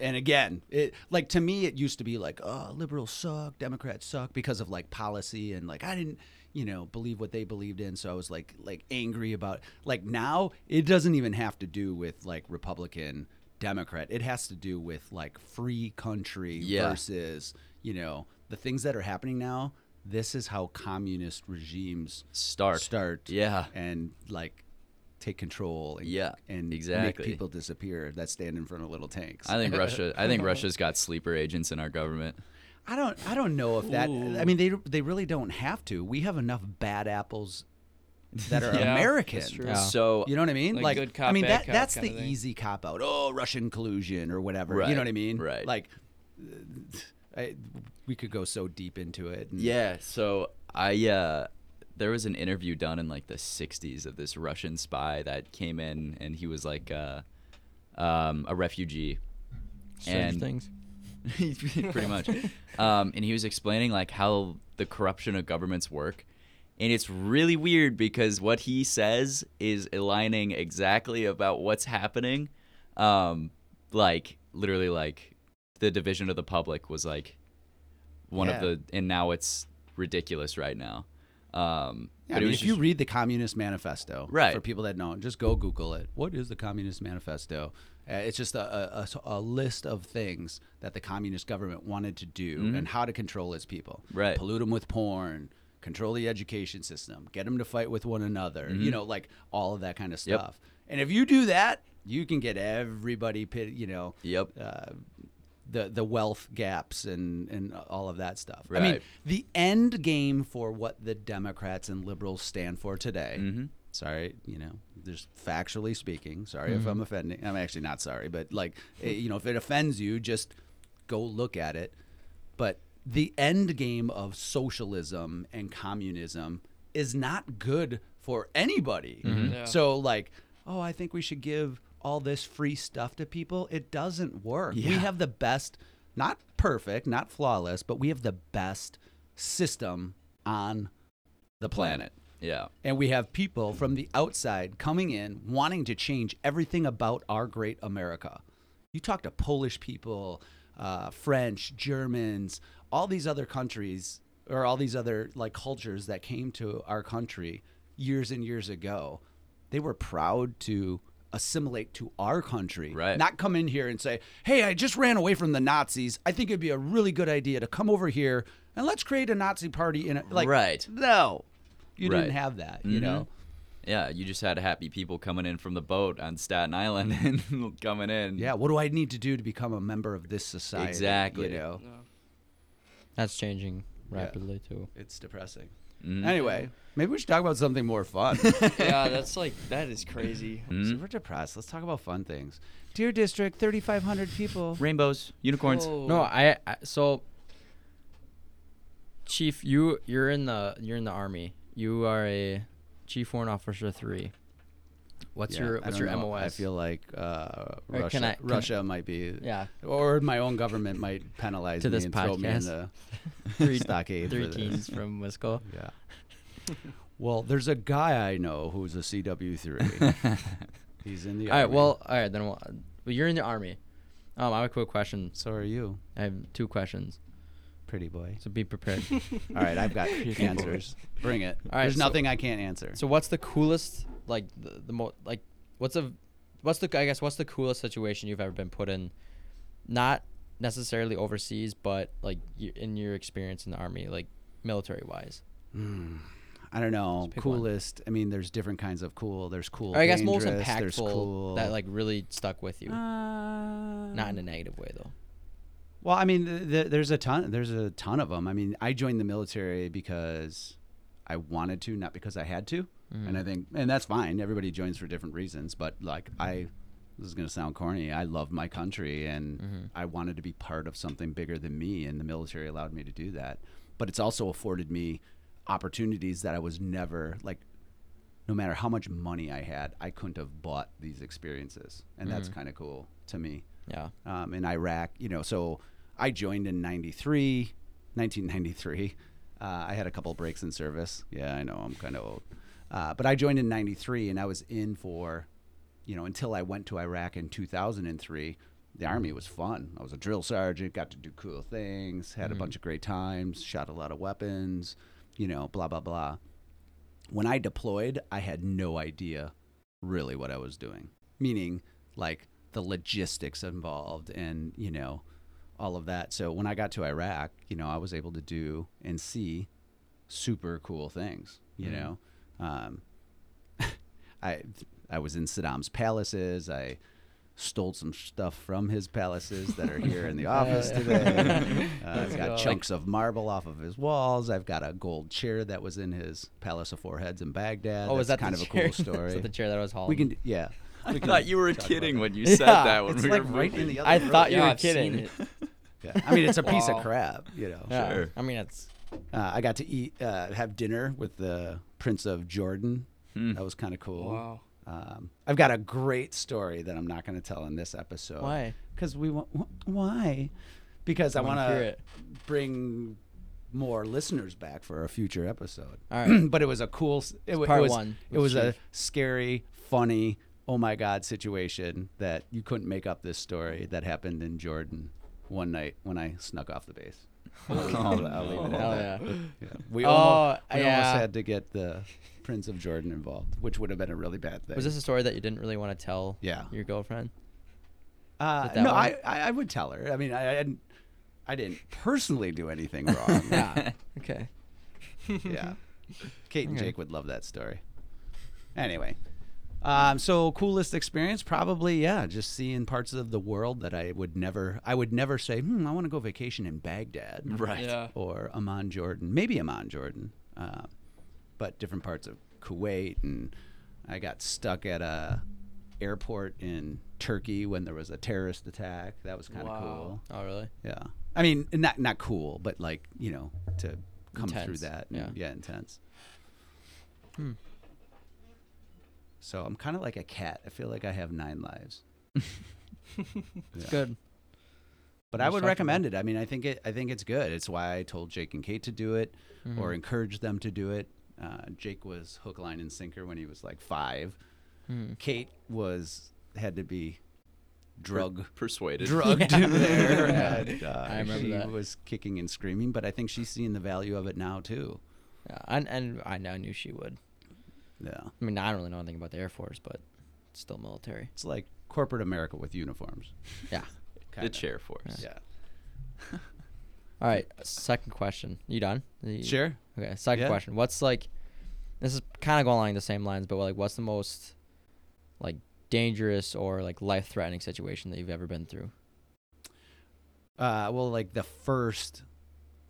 A: and again it like to me it used to be like oh liberals suck democrats suck because of like policy and like i didn't you know believe what they believed in so i was like like angry about like now it doesn't even have to do with like republican democrat it has to do with like free country
D: Yeah.
A: versus you know the things that are happening now this is how communist regimes
D: start,
A: start
D: yeah,
A: and like take control and,
D: Yeah,
A: and
D: exactly.
A: make people disappear that stand in front of little tanks.
D: I think Russia. I think Russia's got sleeper agents in our government.
A: I don't I don't know if that I mean they they really don't have to. We have enough bad apples that are
B: Yeah,
A: American.
B: that's true.
C: Yeah.
D: So
A: You know what I mean?
B: Like, good cop,
A: I mean
B: bad
A: that
B: cop
A: that's the
B: kinda thing.
A: easy cop out. Oh, Russian collusion or whatever. You
D: Right,
A: know what I mean?
D: right.
A: Like I, we could go so deep into it. and-
D: Yeah, so I uh there was an interview done in like the 60s of this Russian spy that came in and he was like uh um a refugee
C: Strange
D: and-
C: things.
D: pretty much. Um and he was explaining like how the corruption of governments work. And it's really weird because what he says is aligning exactly about what's happening. Um like literally like the division of the public was like one
A: Yeah.
D: of the and now it's ridiculous right now. Um, but
A: Yeah, I
D: it
A: mean,
D: was
A: if
D: just,
A: you read the Communist Manifesto,
D: Right.
A: for people that don't, just go Google it. What is the Communist Manifesto? Uh, it's just a, a- a s- a list of things that the communist government wanted to do and how to control its people.
D: Mm-hmm. Right.
A: Pollute them with porn, control the education system, get them to fight with one another, you know, like all of that kind of
D: Mm-hmm. Yep.
A: stuff. And if you do that, you can get everybody, pit, you know,
D: yep,
A: uh, the the wealth gaps and and all of that stuff. I mean,
D: Right.
A: the end game for what the Democrats and liberals stand for today. Sorry, you know, just factually speaking. Sorry if I'm offending. I'm actually not sorry, but like, eh, you know, if it offends you, just go look at it. But the end game of socialism and communism is not good for anybody.
B: Yeah.
A: Mm-hmm. So like, oh, I think we should give all this free stuff to people. It doesn't work. We
D: Yeah.
A: have the best, not perfect, not flawless, but we have the best system on the planet.
D: yeah,
A: And we have people from the outside coming in wanting to change everything about our great America. You talk to Polish people, uh, French, Germans, all these other countries or all these other like cultures that came to our country years and years ago. They were proud to assimilate to our country,
D: Right.
A: not come in here and say, "Hey, I just ran away from the Nazis. I think it'd be a really good idea to come over here and let's create a Nazi party in a like
D: Right.
A: No, you
D: Right.
A: didn't have that,
C: Mm-hmm.
A: you know.
D: yeah. You just had happy people coming in from the boat on Staten Island and coming in.
A: Yeah, what do I need to do to become a member of this society?
D: Exactly.
A: You know,
B: No.
C: That's changing rapidly too.
A: it's depressing.
C: Mm-hmm.
A: Anyway, maybe we should talk about something more fun.
B: yeah, that's like that is crazy.
D: Hmm?
A: So we're depressed. Let's talk about fun things. Dear District, 3,500 people.
D: Rainbows, unicorns.
B: Whoa.
C: No, I, I so Chief, you you're in the you're in the army. You are a Chief Warrant Officer 3. What's
A: Yeah,
C: your
A: I
C: what's
A: don't
C: your
A: know.
C: MOS?
A: I feel like uh,
C: Or
A: Russia,
C: can I- can I-
A: Russia might be,
C: yeah,
A: or my own government might penalize
C: To
A: me
C: this
A: and throw me in the
C: podcast. three
A: stockade
C: three
A: for this.
C: keys from Wisco.
A: Yeah. Well, there's a guy I know who's a CW3. He's in the.
C: All right,
A: Army.
C: well, all right, then we'll, well, you're in the army. Um, I have a quick question.
A: so are you,
C: I have two questions,
A: pretty boy.
C: so be prepared.
A: All right, I've got answers. Bring it.
C: All right,
A: there's
C: so-
A: nothing I can't answer.
C: so, what's the coolest, like the, the mo like, what's a, what's the, I guess, what's the coolest situation you've ever been put in, not necessarily overseas, but like y- in your experience in the army, like military wise.
A: I don't know.
C: pick one.
A: Coolest. I mean, there's different kinds of cool. There's cool.
C: Or I guess most
A: dangerous, There's
C: impactful
A: cool.
C: that like really stuck with you,
A: Um, Uh,
C: not in a negative way though.
A: Well, I mean, th- th- there's a ton. There's a ton of them. I mean, I joined the military because I wanted to, not because I had to. And I think, and that's fine. Everybody joins for different reasons. But like, I this is gonna sound corny. I love my country, and I wanted to be part of something bigger than me. And the military allowed me to do that. But it's also afforded me opportunities that I was never like. No matter how much money I had, I couldn't have bought these experiences, and that's kind of cool to me
C: Yeah.
A: um, in Iraq. You know, so I joined in 93, 1993. Uh, I had a couple breaks in service. Yeah, I know I'm kind of old. Uh, but I joined in 93 and I was in for, you know, until I went to Iraq in 2003. The Army was fun. I was a drill sergeant, got to do cool things, had a bunch of great times, shot a lot of weapons, you know, blah, blah, blah when I deployed, I had no idea really what I was doing. Meaning, like the logistics involved and, you know, all of that. So when I got to Iraq, you know, I was able to do and see super cool things, you know. Um, I I was in Saddam's palaces. I stole some stuff from his palaces that are here in the office today. Uh, I've got chunks of marble off of his walls. I've got a gold chair that was in his palace of four heads in Baghdad.
C: Oh, is that
A: That's kind
C: the
A: of
C: chair?
A: a cool
C: Is
A: story?
C: that the chair that I was hauling?
A: we can, yeah.
D: I thought you were kidding when you said
C: Yeah,
D: that. When
A: It's
D: we
A: like
D: were
A: right in
D: moving.
A: the other
C: I
A: room.
C: thought you
B: Yeah,
C: were
B: I've
C: kidding.
B: seen it.
A: Yeah. I mean, it's a piece
B: Wow.
A: of crap, you know.
C: Yeah.
D: Sure.
C: I mean, it's
A: Uh, I got to eat, uh, have dinner with the Prince of Jordan. That was kind of cool.
B: Wow.
A: Um, I've got a great story that I'm not going to tell in this episode.
C: Why?
A: Because we want. Wh- why? Because I,
C: wanna
A: want
C: hear
A: to
C: it.
A: bring more listeners back for a future episode.
C: All right.
A: but it was a cool. s- It, w- it
C: part
A: was.
C: one
A: It
C: with
A: was a
C: Chief.
A: scary, funny, oh my god situation that you couldn't make up. This story that happened in Jordan one night when I snuck off the base. I'll, I'll
D: Oh,
A: leave it at
C: hell
A: that.
C: yeah.
A: Yeah. We,
C: Oh,
A: almost, we
C: yeah.
A: almost had to get the Prince of Jordan involved, which would have been a really bad thing.
C: Was this a story that you didn't really want to tell?
A: Yeah.
C: Your girlfriend.
A: Uh,
C: that
A: no,
C: one?
A: I, I I would tell her. I mean, I, I didn't I didn't personally do anything wrong.
C: Yeah. okay.
A: yeah. Kate and Jake would love that story. Anyway, um, so coolest experience probably yeah, just seeing parts of the world that I would never I would never say hmm I want to go vacation in Baghdad
D: Right.
B: Yeah.
A: or Amman Jordan maybe Amman Jordan, uh, but different parts of Kuwait and I got stuck at a airport in Turkey when there was a terrorist attack. That was kind of
B: Wow.
A: cool.
C: Oh really?
A: Yeah. I mean, not not cool, but like you know, to come through
C: Intense,
A: that.
C: yeah.
A: And, yeah. intense. So I'm kind of like a cat. I feel like I have nine lives,
C: It's
A: Yeah.
C: good.
A: but I
C: Most
A: would
C: definitely.
A: recommend it. I mean, I think it. I think it's good. It's why I told Jake and Kate to do it, or encouraged them to do it. Uh, Jake was hook, line, and sinker when he was like five.
C: Hmm.
A: Kate was had to be drug
D: Persuaded.
A: drugged there. And, uh,
C: I remember
A: she
C: that.
A: was kicking and screaming, but I think she's seeing the value of it now too.
C: Yeah, and and I, kn- I knew she would.
A: Yeah,
C: I mean, I don't really know anything about the Air Force, but it's still military.
A: it's like corporate America with uniforms.
C: Yeah.
D: The
A: kinda.
D: chair force.
A: Yeah,
C: All right. Second question. You done? You-
A: sure.
C: Okay. Second
A: Yeah.
C: question. What's like? This is kind of going along the same lines, but like, what's the most like dangerous or like life-threatening situation that you've ever been through?
A: Uh, well, like the first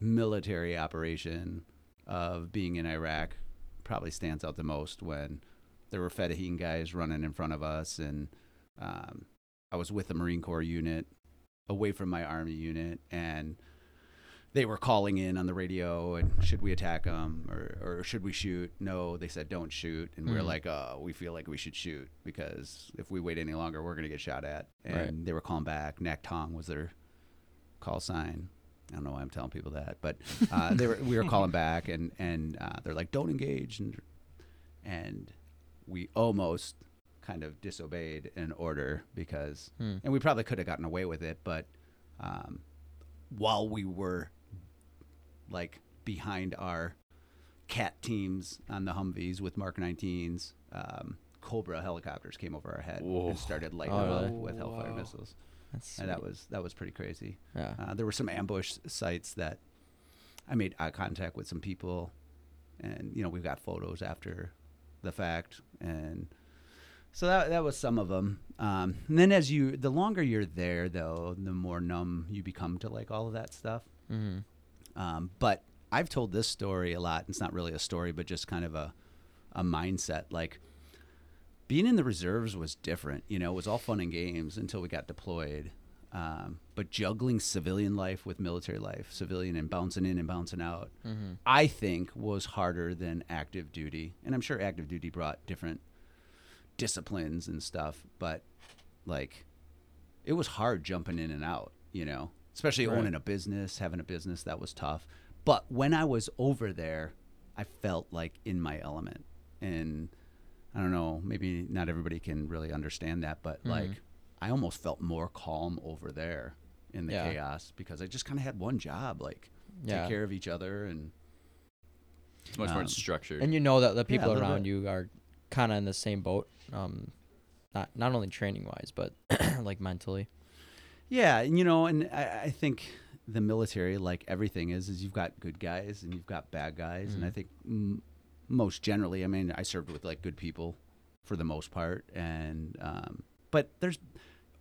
A: military operation of being in Iraq probably stands out the most when there were Fedaheen guys running in front of us, and um, I was with a Marine Corps unit away from my Army unit, and they were calling in on the radio and should we attack them or, or should we shoot? No, they said don't shoot, and we are
C: Mm.
A: like, oh, we feel like we should shoot because if we wait any longer, we're gonna get shot at. And
C: Right.
A: they were calling back. Nak Tong was their call sign. I don't know why I'm telling people that, but uh, they were we were calling back and and uh, they're like don't engage and and we almost kind of disobeyed an order because
C: Hmm.
A: and we probably could have gotten away with it, but um, while we were like behind our cat teams on the Humvees with Mark 19s, um, Cobra helicopters came over our head
D: Whoa.
A: and started lighting
C: Oh,
A: them up
C: really?
A: with Hellfire
B: Wow.
A: missiles,
C: That's
A: and that
C: sweet.
A: was that was pretty crazy.
C: yeah.
A: Uh, there were some ambush sites that I made eye contact with some people, and you know we've got photos after the fact, and so that that was some of them. Um, and then as you, the longer you're there, though, the more numb you become to like all of that stuff.
C: Mm-hmm.
A: Um, but I've told this story a lot. It's not really a story, but just kind of a, a mindset. Like being in the reserves was different. You know, it was all fun and games until we got deployed. Um, but juggling civilian life with military life, civilian and bouncing in and bouncing out, I think was harder than active duty. And I'm sure active duty brought different disciplines and stuff, but like it was hard jumping in and out, you know, especially
C: Right.
A: owning a business, having a business that was tough. But when I was over there, I felt like in my element. And I don't know, maybe not everybody can really understand that,
C: Mm-hmm.
A: but like I almost felt more calm over there in the
C: Yeah.
A: chaos because I just kind of had one job, like
C: Yeah.
A: take care of each other and
D: It's much more
A: Um,
D: structured.
C: And you know that the
A: Yeah, a
C: people
A: little
C: around
A: bit.
C: you are kind of in the same boat. Um, not not only training wise, but like mentally.
A: Yeah, and you know, and I, I think the military, like everything is, is you've got good guys and you've got bad guys, and I
D: Mm-hmm.
A: think m- most generally, I mean, I served with like good people for the most part, and um, but there's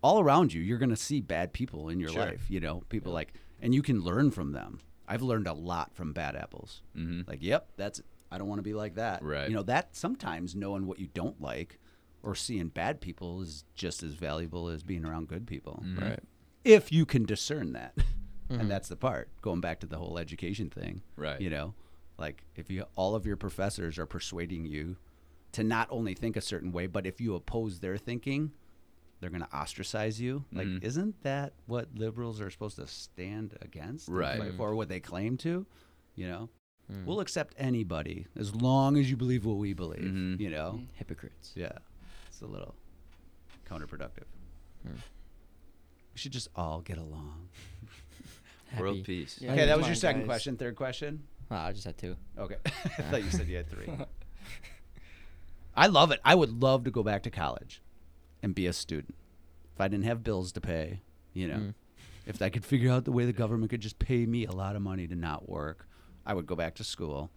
A: all around you, you're gonna see bad people in your
D: Sure.
A: life, you know, people like, and you can learn from them. I've learned a lot from bad apples.
D: mm-hmm.
A: Like, yep, that's I don't want to be like that.
D: Right.
A: You know, that sometimes knowing what you don't like or seeing bad people is just as valuable as being around good people
D: Right.
A: if you can discern that. And that's the part going back to the whole education thing.
D: Mm-hmm. Right.
A: You know, like if you all of your professors are persuading you to not only think a certain way, but if you oppose their thinking, they're going to ostracize you. Like,
D: Mhm.
A: isn't that what liberals are supposed to stand against? and
D: Right. Mm-hmm.
A: fight For what they claim to, you know,
C: Mm.
A: we'll accept anybody as long as you believe what we believe,
D: Mhm.
A: you know?
C: hypocrites.
A: Yeah. It's a little counterproductive.
C: Hmm.
A: We should just all get along.
D: World
C: Happy.
D: peace.
B: Yeah.
A: okay, that
B: come
A: was your
B: on,
A: second
B: guys.
A: question. Third question?
C: Oh, I just had two.
A: Okay. I thought you said you had three. I love it. I would love to go back to college and be a student. If I didn't have bills to pay, you
B: Hmm.
A: know,
C: Mm.
A: if I could figure out the way the government could just pay me a lot of money to not work, I would go back to school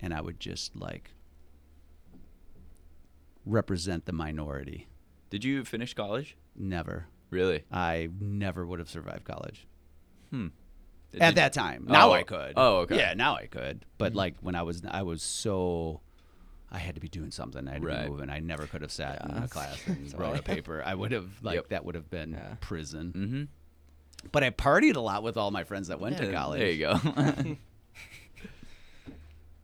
A: and I would just like represent the minority.
D: Did you finish college?
A: Never.
D: Really?
A: I never would have survived college
D: Hmm. Did
A: at
D: you-
A: that time. Now
D: Oh.
A: I could.
D: Oh, okay.
A: Yeah, now I could. But like when I was, I was so, I had to be doing something. I had to
D: Right.
A: be moving. I never could have sat in
C: Yeah.
A: a class and
C: That's
A: wrote
C: why.
A: a paper. I would have like
D: Yep.
A: that would have been
C: Yeah.
A: prison.
D: Mm-hmm.
A: But I partied a lot with all my friends that went to college.
D: There you go.
B: There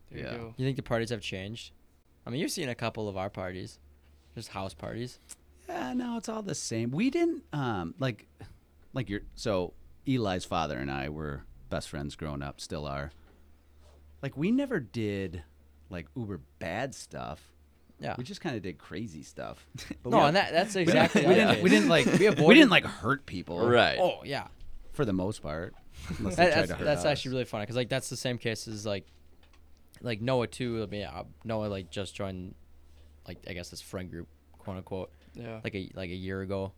A: Yeah.
B: you go.
C: You think the parties have changed? I mean, you've seen a couple of our parties, just house parties.
A: Yeah, no, it's all the same. We didn't um like like your so Eli's father and I were best friends growing up, still are. Like we never did like uber bad stuff.
C: Yeah.
A: We just kind of did crazy stuff. But
C: no,
A: we-
C: and that, that's
A: we didn't-
C: exactly.
A: we
C: our
A: didn't,
C: case.
A: we didn't like we,
C: avoided-
A: didn't like hurt people.
D: right.
C: Oh yeah.
A: For the most part. Unless they
C: That-
A: tried
C: that's
A: to hurt
C: that's
A: us.
C: actually really funny because like that's the same case as like like Noah too. I mean, uh, Noah like just joined like I guess his friend group, quote unquote,
B: Yeah.
C: like a like a year ago.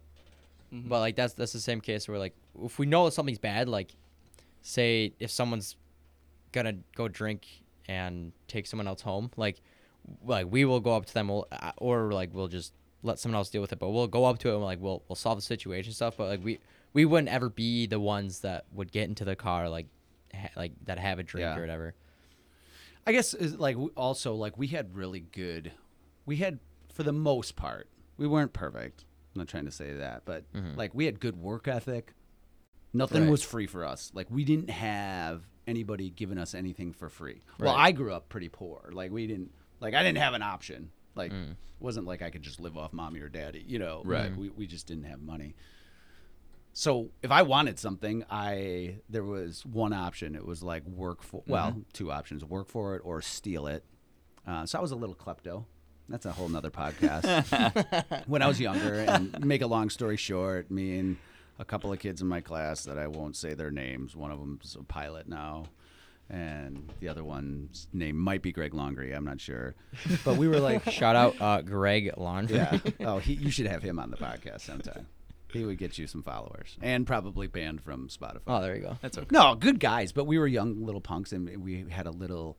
B: Mhm.
C: But like that's that's the same case where like if we know that something's bad, like say if someone's gonna go drink and take someone else home, like w- like we will go up to them we'll, uh, or like we'll just let someone else deal with it. But we'll go up to it and like we'll we'll solve the situation and stuff. But like we we wouldn't ever be the ones that would get into the car like ha- like that have a drink
A: Yeah.
C: or whatever.
A: I guess is like w- also like we had really good, we had for the most part we weren't perfect. I'm not trying to say that, but like we had good work ethic. Nothing
C: Mm-hmm. Right.
A: was free for us. Like we didn't have anybody giving us anything for free. Well,
C: Right.
A: I grew up pretty poor. Like we didn't like I didn't have an option. Like
C: Mm.
A: it wasn't like I could just live off mommy or daddy. You know,
D: Right.
A: Like, we we just didn't have money. So if I wanted something, I there was one option. It was like work for well, two options: work for it or steal it. Uh, so I was a little klepto. That's a whole nother podcast. when I was younger, and make a long story short, me and a couple of kids in my class that I won't say their names. One of them's a pilot now, and the other one's name might be Greg Longry. I'm not sure, but we were like
C: Shout out uh, Greg Laundry.
A: yeah. Oh, he, you should have him on the podcast sometime. He would get you some followers and probably banned from Spotify.
C: Oh, there you go.
D: That's okay.
A: No, good guys, but we were young little punks and we had a little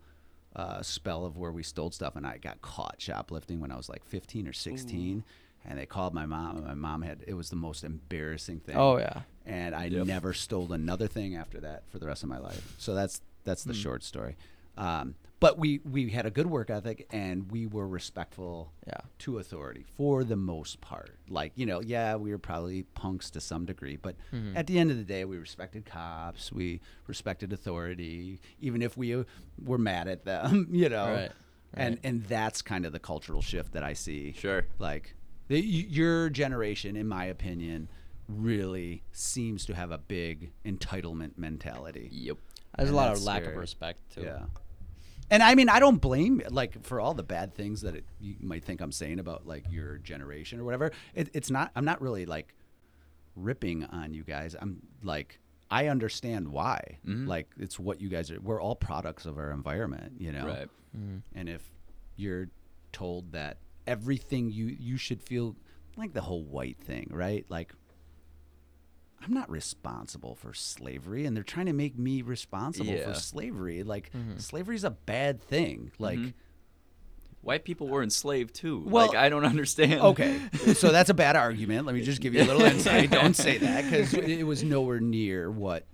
A: uh, spell of where we stole stuff and I got caught shoplifting when I was like 15 or 16 and they called my mom and my mom had it was the most embarrassing thing.
C: Oh yeah.
A: And I never stole another thing after that for the rest of my life. So that's that's
C: Hmm.
A: the short story. Um, but we we had a good work ethic and we were respectful
C: Yeah.
A: to authority for the most part. Like, you know, yeah, we were probably punks to some degree, but
C: Mm-hmm.
A: at the end of the day, we respected cops, we respected authority, even if we uh, were mad at them, you know.
C: Right,
A: And and that's kind of the cultural shift that I see.
D: Sure.
A: Like the, y- your generation in my opinion really seems to have a big entitlement mentality.
D: Yep.
C: There's a
A: And
C: lot of
A: that's
C: lack of
A: scary.
C: respect too.
A: Yeah. And I mean, I don't blame like for all the bad things that it, you might think I'm saying about like your generation or whatever. It, it's not. I'm not really like ripping on you guys. I'm like I understand why. Like it's what you guys are. We're all products of our environment, you know.
D: Right.
A: And if you're told that everything you you should feel like the whole white thing, right? Like I'm not responsible for slavery and they're trying to make me responsible
D: Yeah. Mm-hmm.
A: for slavery. Like slavery's a bad thing. Like
D: White people were enslaved too.
A: Well-
D: like I don't understand.
A: okay. so that's a bad argument. Let me just give you a little insight. Don't say that cuz it was nowhere near what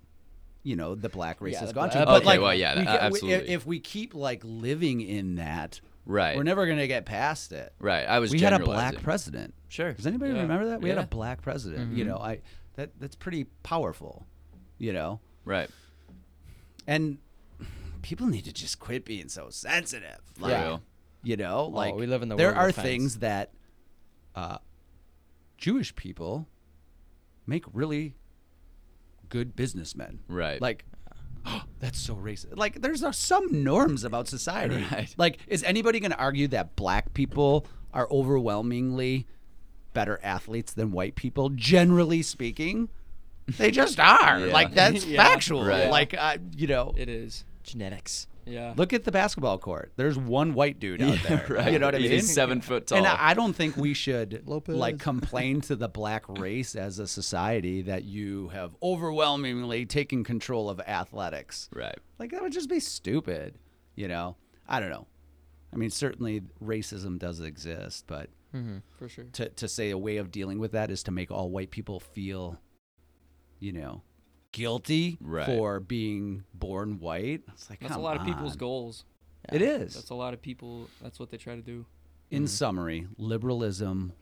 A: you know the black race
C: Yeah,
A: has
C: the
A: gone to
C: black-
A: but
D: Okay,
A: like
D: well, yeah,
A: we
D: that-
A: ca- we-
D: absolutely.
A: if we keep like living in that
D: Right.
A: we're never going to get past it
D: Right. I was.
A: we had a black
D: generalizing.
A: president.
D: Sure.
A: Does anybody
B: Yeah.
A: remember that? We had
D: Yeah. Mm-hmm.
A: a black president. You know, I that that's pretty powerful. You know,
D: Right.
A: and people need to just quit being so sensitive. Like,
D: Yeah.
A: You know, like
C: Oh, we live in the
A: there
C: world
A: are
C: of offense.
A: things that uh, Jewish people make really good businessmen.
D: Right.
A: Like that's so racist. Like there's are some norms about society.
D: Right.
A: Like is anybody going to argue that black people are overwhelmingly better athletes than white people generally speaking? They just are.
D: Yeah.
A: Like that's
B: Yeah.
A: factual.
D: Right.
A: Like uh, you know,
B: It is.
C: Genetics.
B: Yeah.
A: look at the basketball court. There's one white dude out there.
D: Right.
A: You know what I mean?
D: He's seven foot tall.
A: And I, I don't think we should
C: Lopez.
A: like complain to the black race as a society that you have overwhelmingly taken control of athletics.
D: right.
A: Like that would just be stupid, you know. I don't know. I mean, certainly racism does exist, but
B: For sure.
A: to to say a way of dealing with that is to make all white people feel, you know, guilty
D: Right.
A: for being born white. It's like
B: That's a
A: come
B: lot of people's
A: on.
B: goals.
A: It is.
B: That's a Mm-hmm. lot of people. That's what they try to do.
A: In summary, liberalism,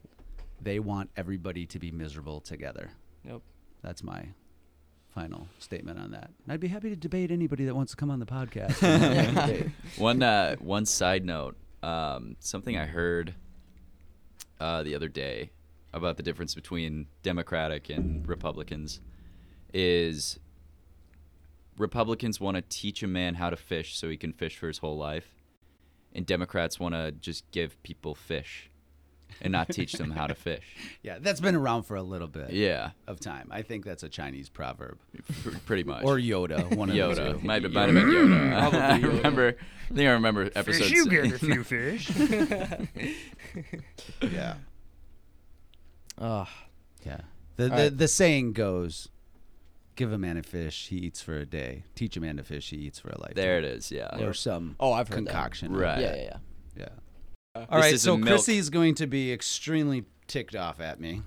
A: they want everybody to be miserable together.
B: Yep.
A: That's my final statement on that. And I'd be happy to debate anybody that wants to come on the podcast. We'd love to debate.
D: One uh, one side note. Um, something I heard uh, the other day about the difference between Democratic and Republicans is Republicans want to teach a man how to fish so he can fish for his whole life, and Democrats want to just give people fish and not teach them how to fish.
A: Yeah, that's been around for a little bit
D: Yeah,
A: of time. I think that's a Chinese proverb.
D: pr- pretty much.
A: Or Yoda, one of the
D: Yoda.
A: two.
D: Might, have- might have been Yoda.
B: Probably
D: I
B: Yoda.
D: remember. I think I remember episode.
E: Fish, you
D: six.
E: get a few fish.
A: Yeah.
C: Ugh.
A: Yeah. The, the,
C: right.
A: the saying goes, give a man a fish, he eats for a day. Teach a man to fish, he eats for a lifetime.
D: There it is. Yeah.
A: Or some
C: Oh, I've heard that.
A: concoction.
D: Right.
C: Yeah, yeah, yeah.
A: Yeah.
B: Uh,
A: All
D: This
A: right,
D: is a
A: so
D: milk.
A: Chrissy's going to be extremely ticked off at me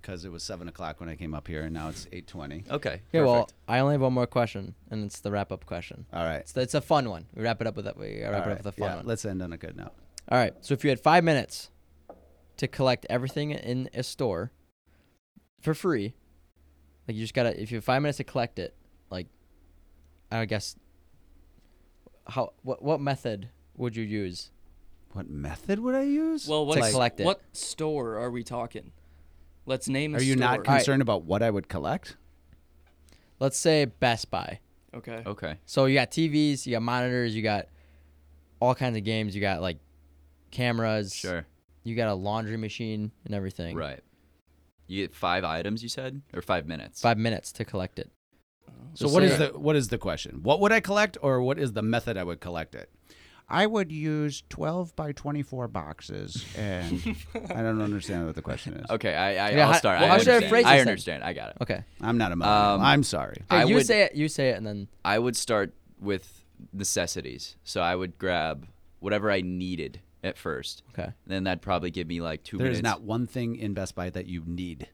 A: because it was seven o'clock when I came up here, and now it's eight twenty.
D: Okay.
C: Okay, well,
D: perfect.
C: I only have one more question, and it's the wrap up question.
A: All right.
C: It's, it's a fun one. We wrap it up with that. We
A: All
C: wrap it
A: right.
C: up with a fun
A: yeah,
C: one.
A: Let's end on a good note.
C: All right. So if you had five minutes to collect everything in a store for free, like you just gotta, if you have five minutes to collect it, like, I guess, how what what method would you use?
A: What method would I use?
B: Well,
C: To
B: what s-
C: collect it.
B: what store are we talking? Let's name. A
A: are you not
B: store.
C: Alright.
A: concerned about what I would collect?
C: Let's say Best Buy.
B: Okay.
C: Oh,
D: okay.
C: So you got TVs, you got monitors, you got all kinds of games, you got like cameras,
D: Sure.
C: you got a laundry machine and everything.
D: Right. You get five items, you said, or five minutes.
C: Five minutes to collect it.
A: So what is
C: say-
A: the what is the question? What would I collect, or what is the method I would collect it? I would use twelve by twenty four boxes, and I don't understand what the question is.
D: Okay, I, I
C: Yeah,
D: I'll
C: hi-
D: start.
C: well,
D: I
C: how should I
D: understand.
C: phrase
D: I
C: this then?
D: understand. I got it.
C: Okay.
A: I'm not a millennial.
D: Um,
A: I'm sorry.
D: I
C: you
D: would-
C: say it. You say it, and then
D: I would start with necessities. So I would grab whatever I needed at first.
C: okay.
D: Then that'd probably give me like two
A: There
D: minutes.
A: is not one thing in Best Buy that you need.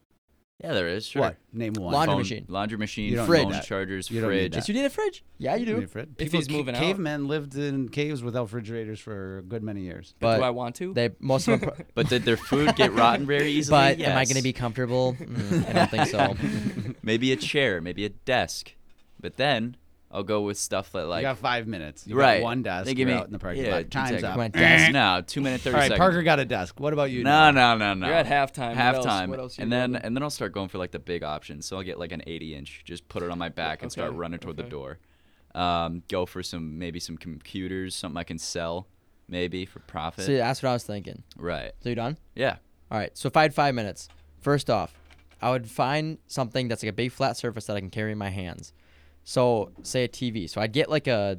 D: Yeah, there is. Sure.
A: What? Name one.
C: Laundry
D: Phone-
C: machine.
D: Laundry machine.
A: You don't
D: phone
A: need that.
D: chargers.
A: You don't need
D: fridge.
A: that.
C: Do you need a fridge? Yeah, you do.
A: Hey, Fred,
B: If
A: people
B: he's
A: ca-
B: moving out.
A: cavemen lived in caves without refrigerators for a good many years.
C: But
B: Do I want to?
C: They most of them. Pro-
D: But did their food get rotten very easily?
C: but
D: yes.
C: am I going to be comfortable? Mm, I don't think so.
D: maybe a chair, maybe a desk. But then I'll go with stuff that like
A: you got five minutes. You
D: right.
A: got one desk.
D: They
A: They
D: give me
A: out in the parking
D: yeah,
A: lot. Time's
D: exactly.
A: up.
C: My
A: All
C: desk.
D: no two minute thirty
A: right,
D: seconds.
A: Parker got a desk. What about you?
D: No, no, no, no.
B: You're at halftime. What else-
D: Halftime,
B: what else you
D: and then
B: doing?
D: and then I'll start going for like the big options. So I'll get like an 80 inch, just put it on my back and start
B: Okay,
D: running toward the
B: okay.
D: door. Um, go for some maybe some computers, something I can sell, maybe for profit.
C: See, uh, that's what I was thinking.
D: Right?
C: So you done?
D: Yeah.
C: All right. So if I had five minutes, first off, I would find something that's like a big flat surface that I can carry in my hands. So say a TV. So I'd get like a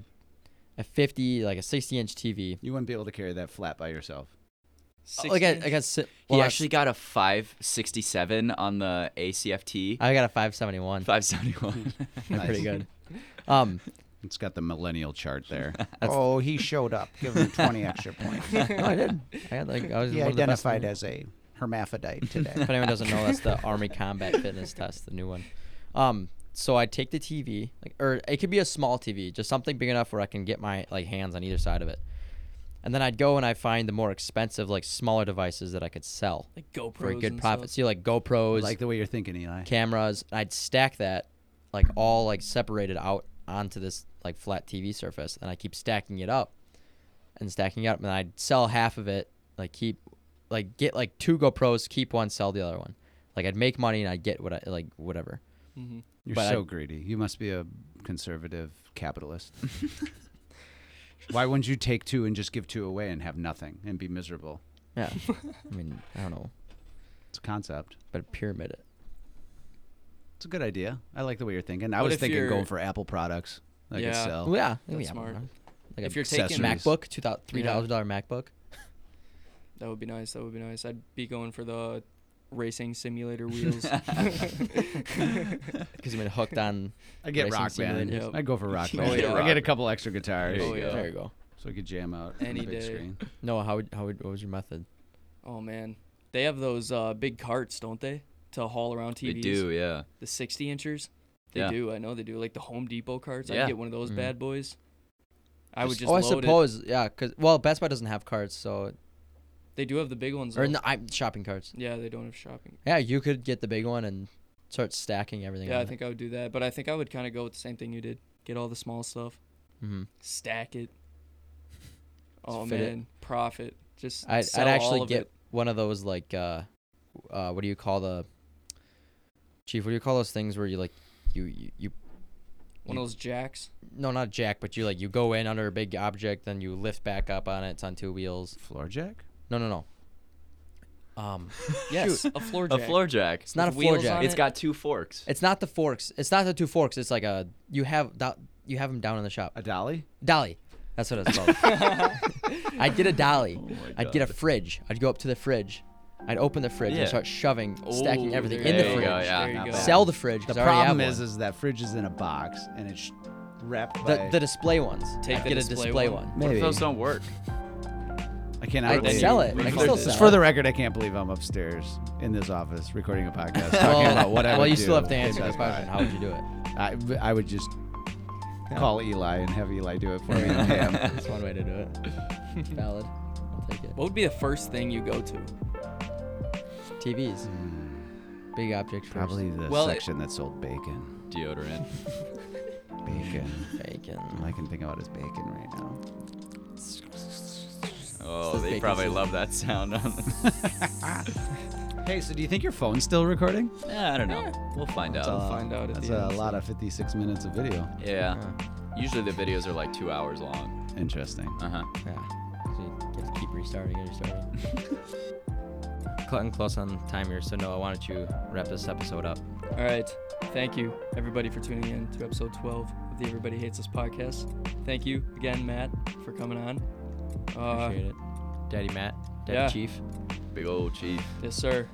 C: a 50, like a 60 inch TV.
A: You wouldn't be able to carry that flat by yourself.
C: Like a,
B: 16?
C: like a, si-
D: he
C: well, I-
D: actually got a 567 on the ACFT.
C: I got a 571.
D: 571.
C: They're pretty
A: Nice.
C: good. Um,
A: It's got the millennial chart there. oh, he showed up. Give him 20 extra points.
C: no, I did. I had like I was
F: He
C: one of the best
F: identified
C: in-
F: as a hermaphrodite today.
C: If anyone doesn't know, that's the Army Combat Fitness Test, the new one. Um, so I take the TV, like, or it could be a small TV, just something big enough where I can get my like hands on either side of it. And then I'd go and I find the more expensive, like smaller devices that I could sell
B: like GoPros
C: for a good
B: and
C: profit.
B: stuff.
C: See, like GoPros,
A: like the way you're thinking, Eli.
C: cameras. and I'd stack that, like all like separated out onto this like flat TV surface, and I keep stacking it up, and stacking it up, and I'd sell half of it, like keep, like get like two GoPros, keep one, sell the other one. Like I'd make money and I'd get what I like whatever.
B: Mm-hmm.
A: You're
C: but I-
A: so greedy. You must be a conservative capitalist. Why wouldn't you take two and just give two away and have nothing and be miserable?
C: Yeah, I mean I don't know,
A: It's a concept.
C: but pyramid it.
A: It's a good idea. I like the way you're thinking. I
B: What
A: was
B: if
A: thinking
B: you're-
A: going for Apple products. I could
B: Yeah.
C: Oh
A: sell.
C: yeah,
B: That's
C: yeah,
B: smart.
C: Like
B: If
C: a
B: you're taking
A: accessories.
C: MacBook, two thousand, three thousand dollar MacBook.
B: that would be nice. That would be nice. I'd be going for the racing simulator wheels.
C: because you've been hooked on.
A: I get
C: Racing Oh,
A: Rock Band.
B: simulators.
A: I'd go for Rock
D: You
A: Band.
B: get
A: I
D: Rock
A: get a
D: Band.
A: couple extra guitars.
B: Oh,
D: There you go.
C: There you go.
A: So I could jam out on
B: Any
A: the big
B: day.
A: screen.
C: Noah, how would, how would what was your method?
B: oh man, they have those uh, big carts, don't they, to haul around
D: they
B: TVs?
D: do, yeah.
B: The 60 inchers. They
D: Yeah.
B: do. I know they do. Like the Home Depot carts.
D: Yeah.
B: I'd get one of those
C: Mhm.
B: bad boys. I would just
C: oh, I
B: load it.
C: suppose, yeah, 'cause yeah, because well, Best Buy doesn't have carts, so
B: They do have the big ones.
C: or
B: though.
C: no, I'm shopping carts.
B: Yeah, they don't have shopping.
C: Yeah, you could get the big one and start stacking everything.
B: Yeah,
C: on
B: I
C: it.
B: think I would do that. But I think I would kind of go with the same thing you did. Get all the small stuff,
C: Mhm.
B: stack it. Oh
C: fit it.
B: man, profit. Just
C: I'd,
B: sell
C: I'd
B: all
C: actually
B: of
C: get
B: it.
C: one of those like, uh, uh, what do you call the chief? What do you call those things where you like, you you, you
B: one of those jacks.
C: no, not jack, but you like you go in under a big object, then you lift back up on it. It's on two wheels.
A: Floor jack?
C: No, no, no. Um,
B: Yes, a floor
D: A
B: jack.
D: floor jack.
C: it's not a
B: With
C: floor
B: wheels
C: jack.
B: on
D: It's
B: it.
D: got two forks.
C: It's not the forks. It's not the two forks. It's like a you have that you have them down in the shop.
A: A dolly?
C: dolly. That's what it's called. I'd get a dolly. I'd get a fridge. I'd go up to the fridge. I'd open the fridge
D: Yeah.
C: and start shoving, stacking
B: Ooh,
C: everything
B: there
C: in the
B: you go,
C: fridge.
D: yeah.
B: there you
A: Not
B: go.
A: bad.
C: Sell the fridge. 'cause
A: The
C: I already have
A: problem is,
C: one.
A: is that fridge is in a box and it's wrapped by.
C: the, the display ones.
B: Take
C: I'd
B: the
C: get
B: display
C: a display
B: one.
C: one.
D: What if
A: maybe.
D: those don't work?
A: I I can't.
C: I
A: outbelieve-
C: can sell it.
D: We
C: I can
D: fucked
C: still
D: it.
C: sell
A: Just
C: it.
A: for the record, I can't believe I'm upstairs in this office recording a podcast talking about what I
C: well,
A: would
C: you
A: do
C: still have to
A: in
C: answer the
A: Best
C: question.
A: Buy.
C: How would you do it?
A: I, I would just
C: Yeah.
A: call Eli and have Eli do it for me. and pay him.
C: That's one way to do it. Valid. I'll take it.
B: What would be the first thing you go to?
C: TVs. Big object.
A: Probably the
B: Well, it-
A: section that sold bacon.
D: Deodorant.
A: Bacon.
C: first. bacon.
A: All I can think about is bacon right now.
D: Oh,
C: This is
D: they
C: bacon
D: probably
C: season.
D: love that sound. On
A: Hey, so do you think your phone's still recording?
D: yeah, Eh, I don't know. We'll find
A: That's
D: out.
A: a-
B: find out at
A: Oh, That's
B: the
A: a
B: end.
A: lot of 56 minutes of video.
D: Yeah. Usually the videos are like two hours long.
A: Interesting.
D: Uh huh.
C: Yeah. So you have to keep restarting and restarting. Cutting close on time here, so Noah, why don't you wrap this episode up?
B: All right. Thank you, everybody, for tuning in to episode 12 of the Everybody Hates Us podcast. Thank you again, Matt, for coming on. Uh,
C: Appreciate it. Daddy Matt, Daddy
B: yeah.
C: Chief.
D: Big old chief.
B: yes, sir.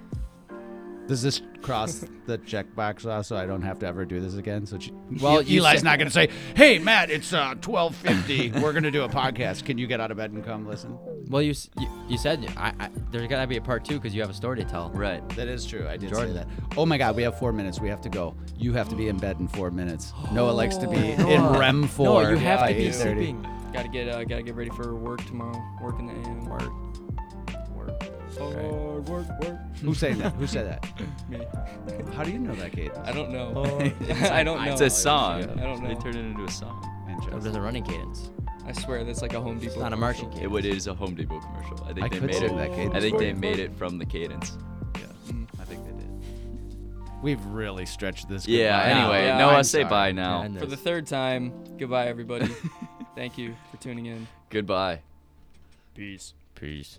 A: Does this cross the checkbox off so I don't have to ever do this again? So she,
C: Well,
A: well,
C: you
A: Eli's
C: said-
A: not going to say, "Hey, Matt, it's uh, 12:50. We're going to do a podcast. Can you get out of bed and come listen?"
C: Well, you s- you, you said I, I there's gotta be a part two because you have a story to tell.
D: Right.
A: That is true. I did
C: Jordan.
A: say that. Oh my God, we have four minutes. We have to go. You have to be in bed in four minutes. Noah likes to be in REM four.
C: No, you have
A: by
C: to be
A: 8:30.
C: sleeping.
B: Gotta get uh, gotta get ready for work tomorrow. Work in the AM.
C: Work. Work.
B: Hard work, work.
A: Who's saying that? Who said that?
B: Me.
A: How do you know that, Kate?
B: I don't know. I don't know.
D: It's a song.
B: I don't
D: They
B: know.
D: turned it into a song.
C: There's
A: Interesting.
C: a running cadence.
B: I swear that's like a Home Depot.
C: It's not a
B: commercial.
C: marching cadence.
D: It would- it is a Home Depot commercial. I think
A: I
D: they
A: could
D: made
A: sing
D: it.
A: that, Kate.
D: I think they made it from the cadence. Yeah.
B: Mm.
D: I think they did.
A: We've really stretched this.
D: Yeah.
A: goodbye.
D: Anyway,
B: Yeah,
D: Noah,
B: I'm
D: say
A: sorry.
D: bye
C: Yeah, I
D: now.
C: know.
B: For the third time, goodbye, everybody. Thank you for tuning in.
D: Goodbye.
B: Peace.
C: Peace.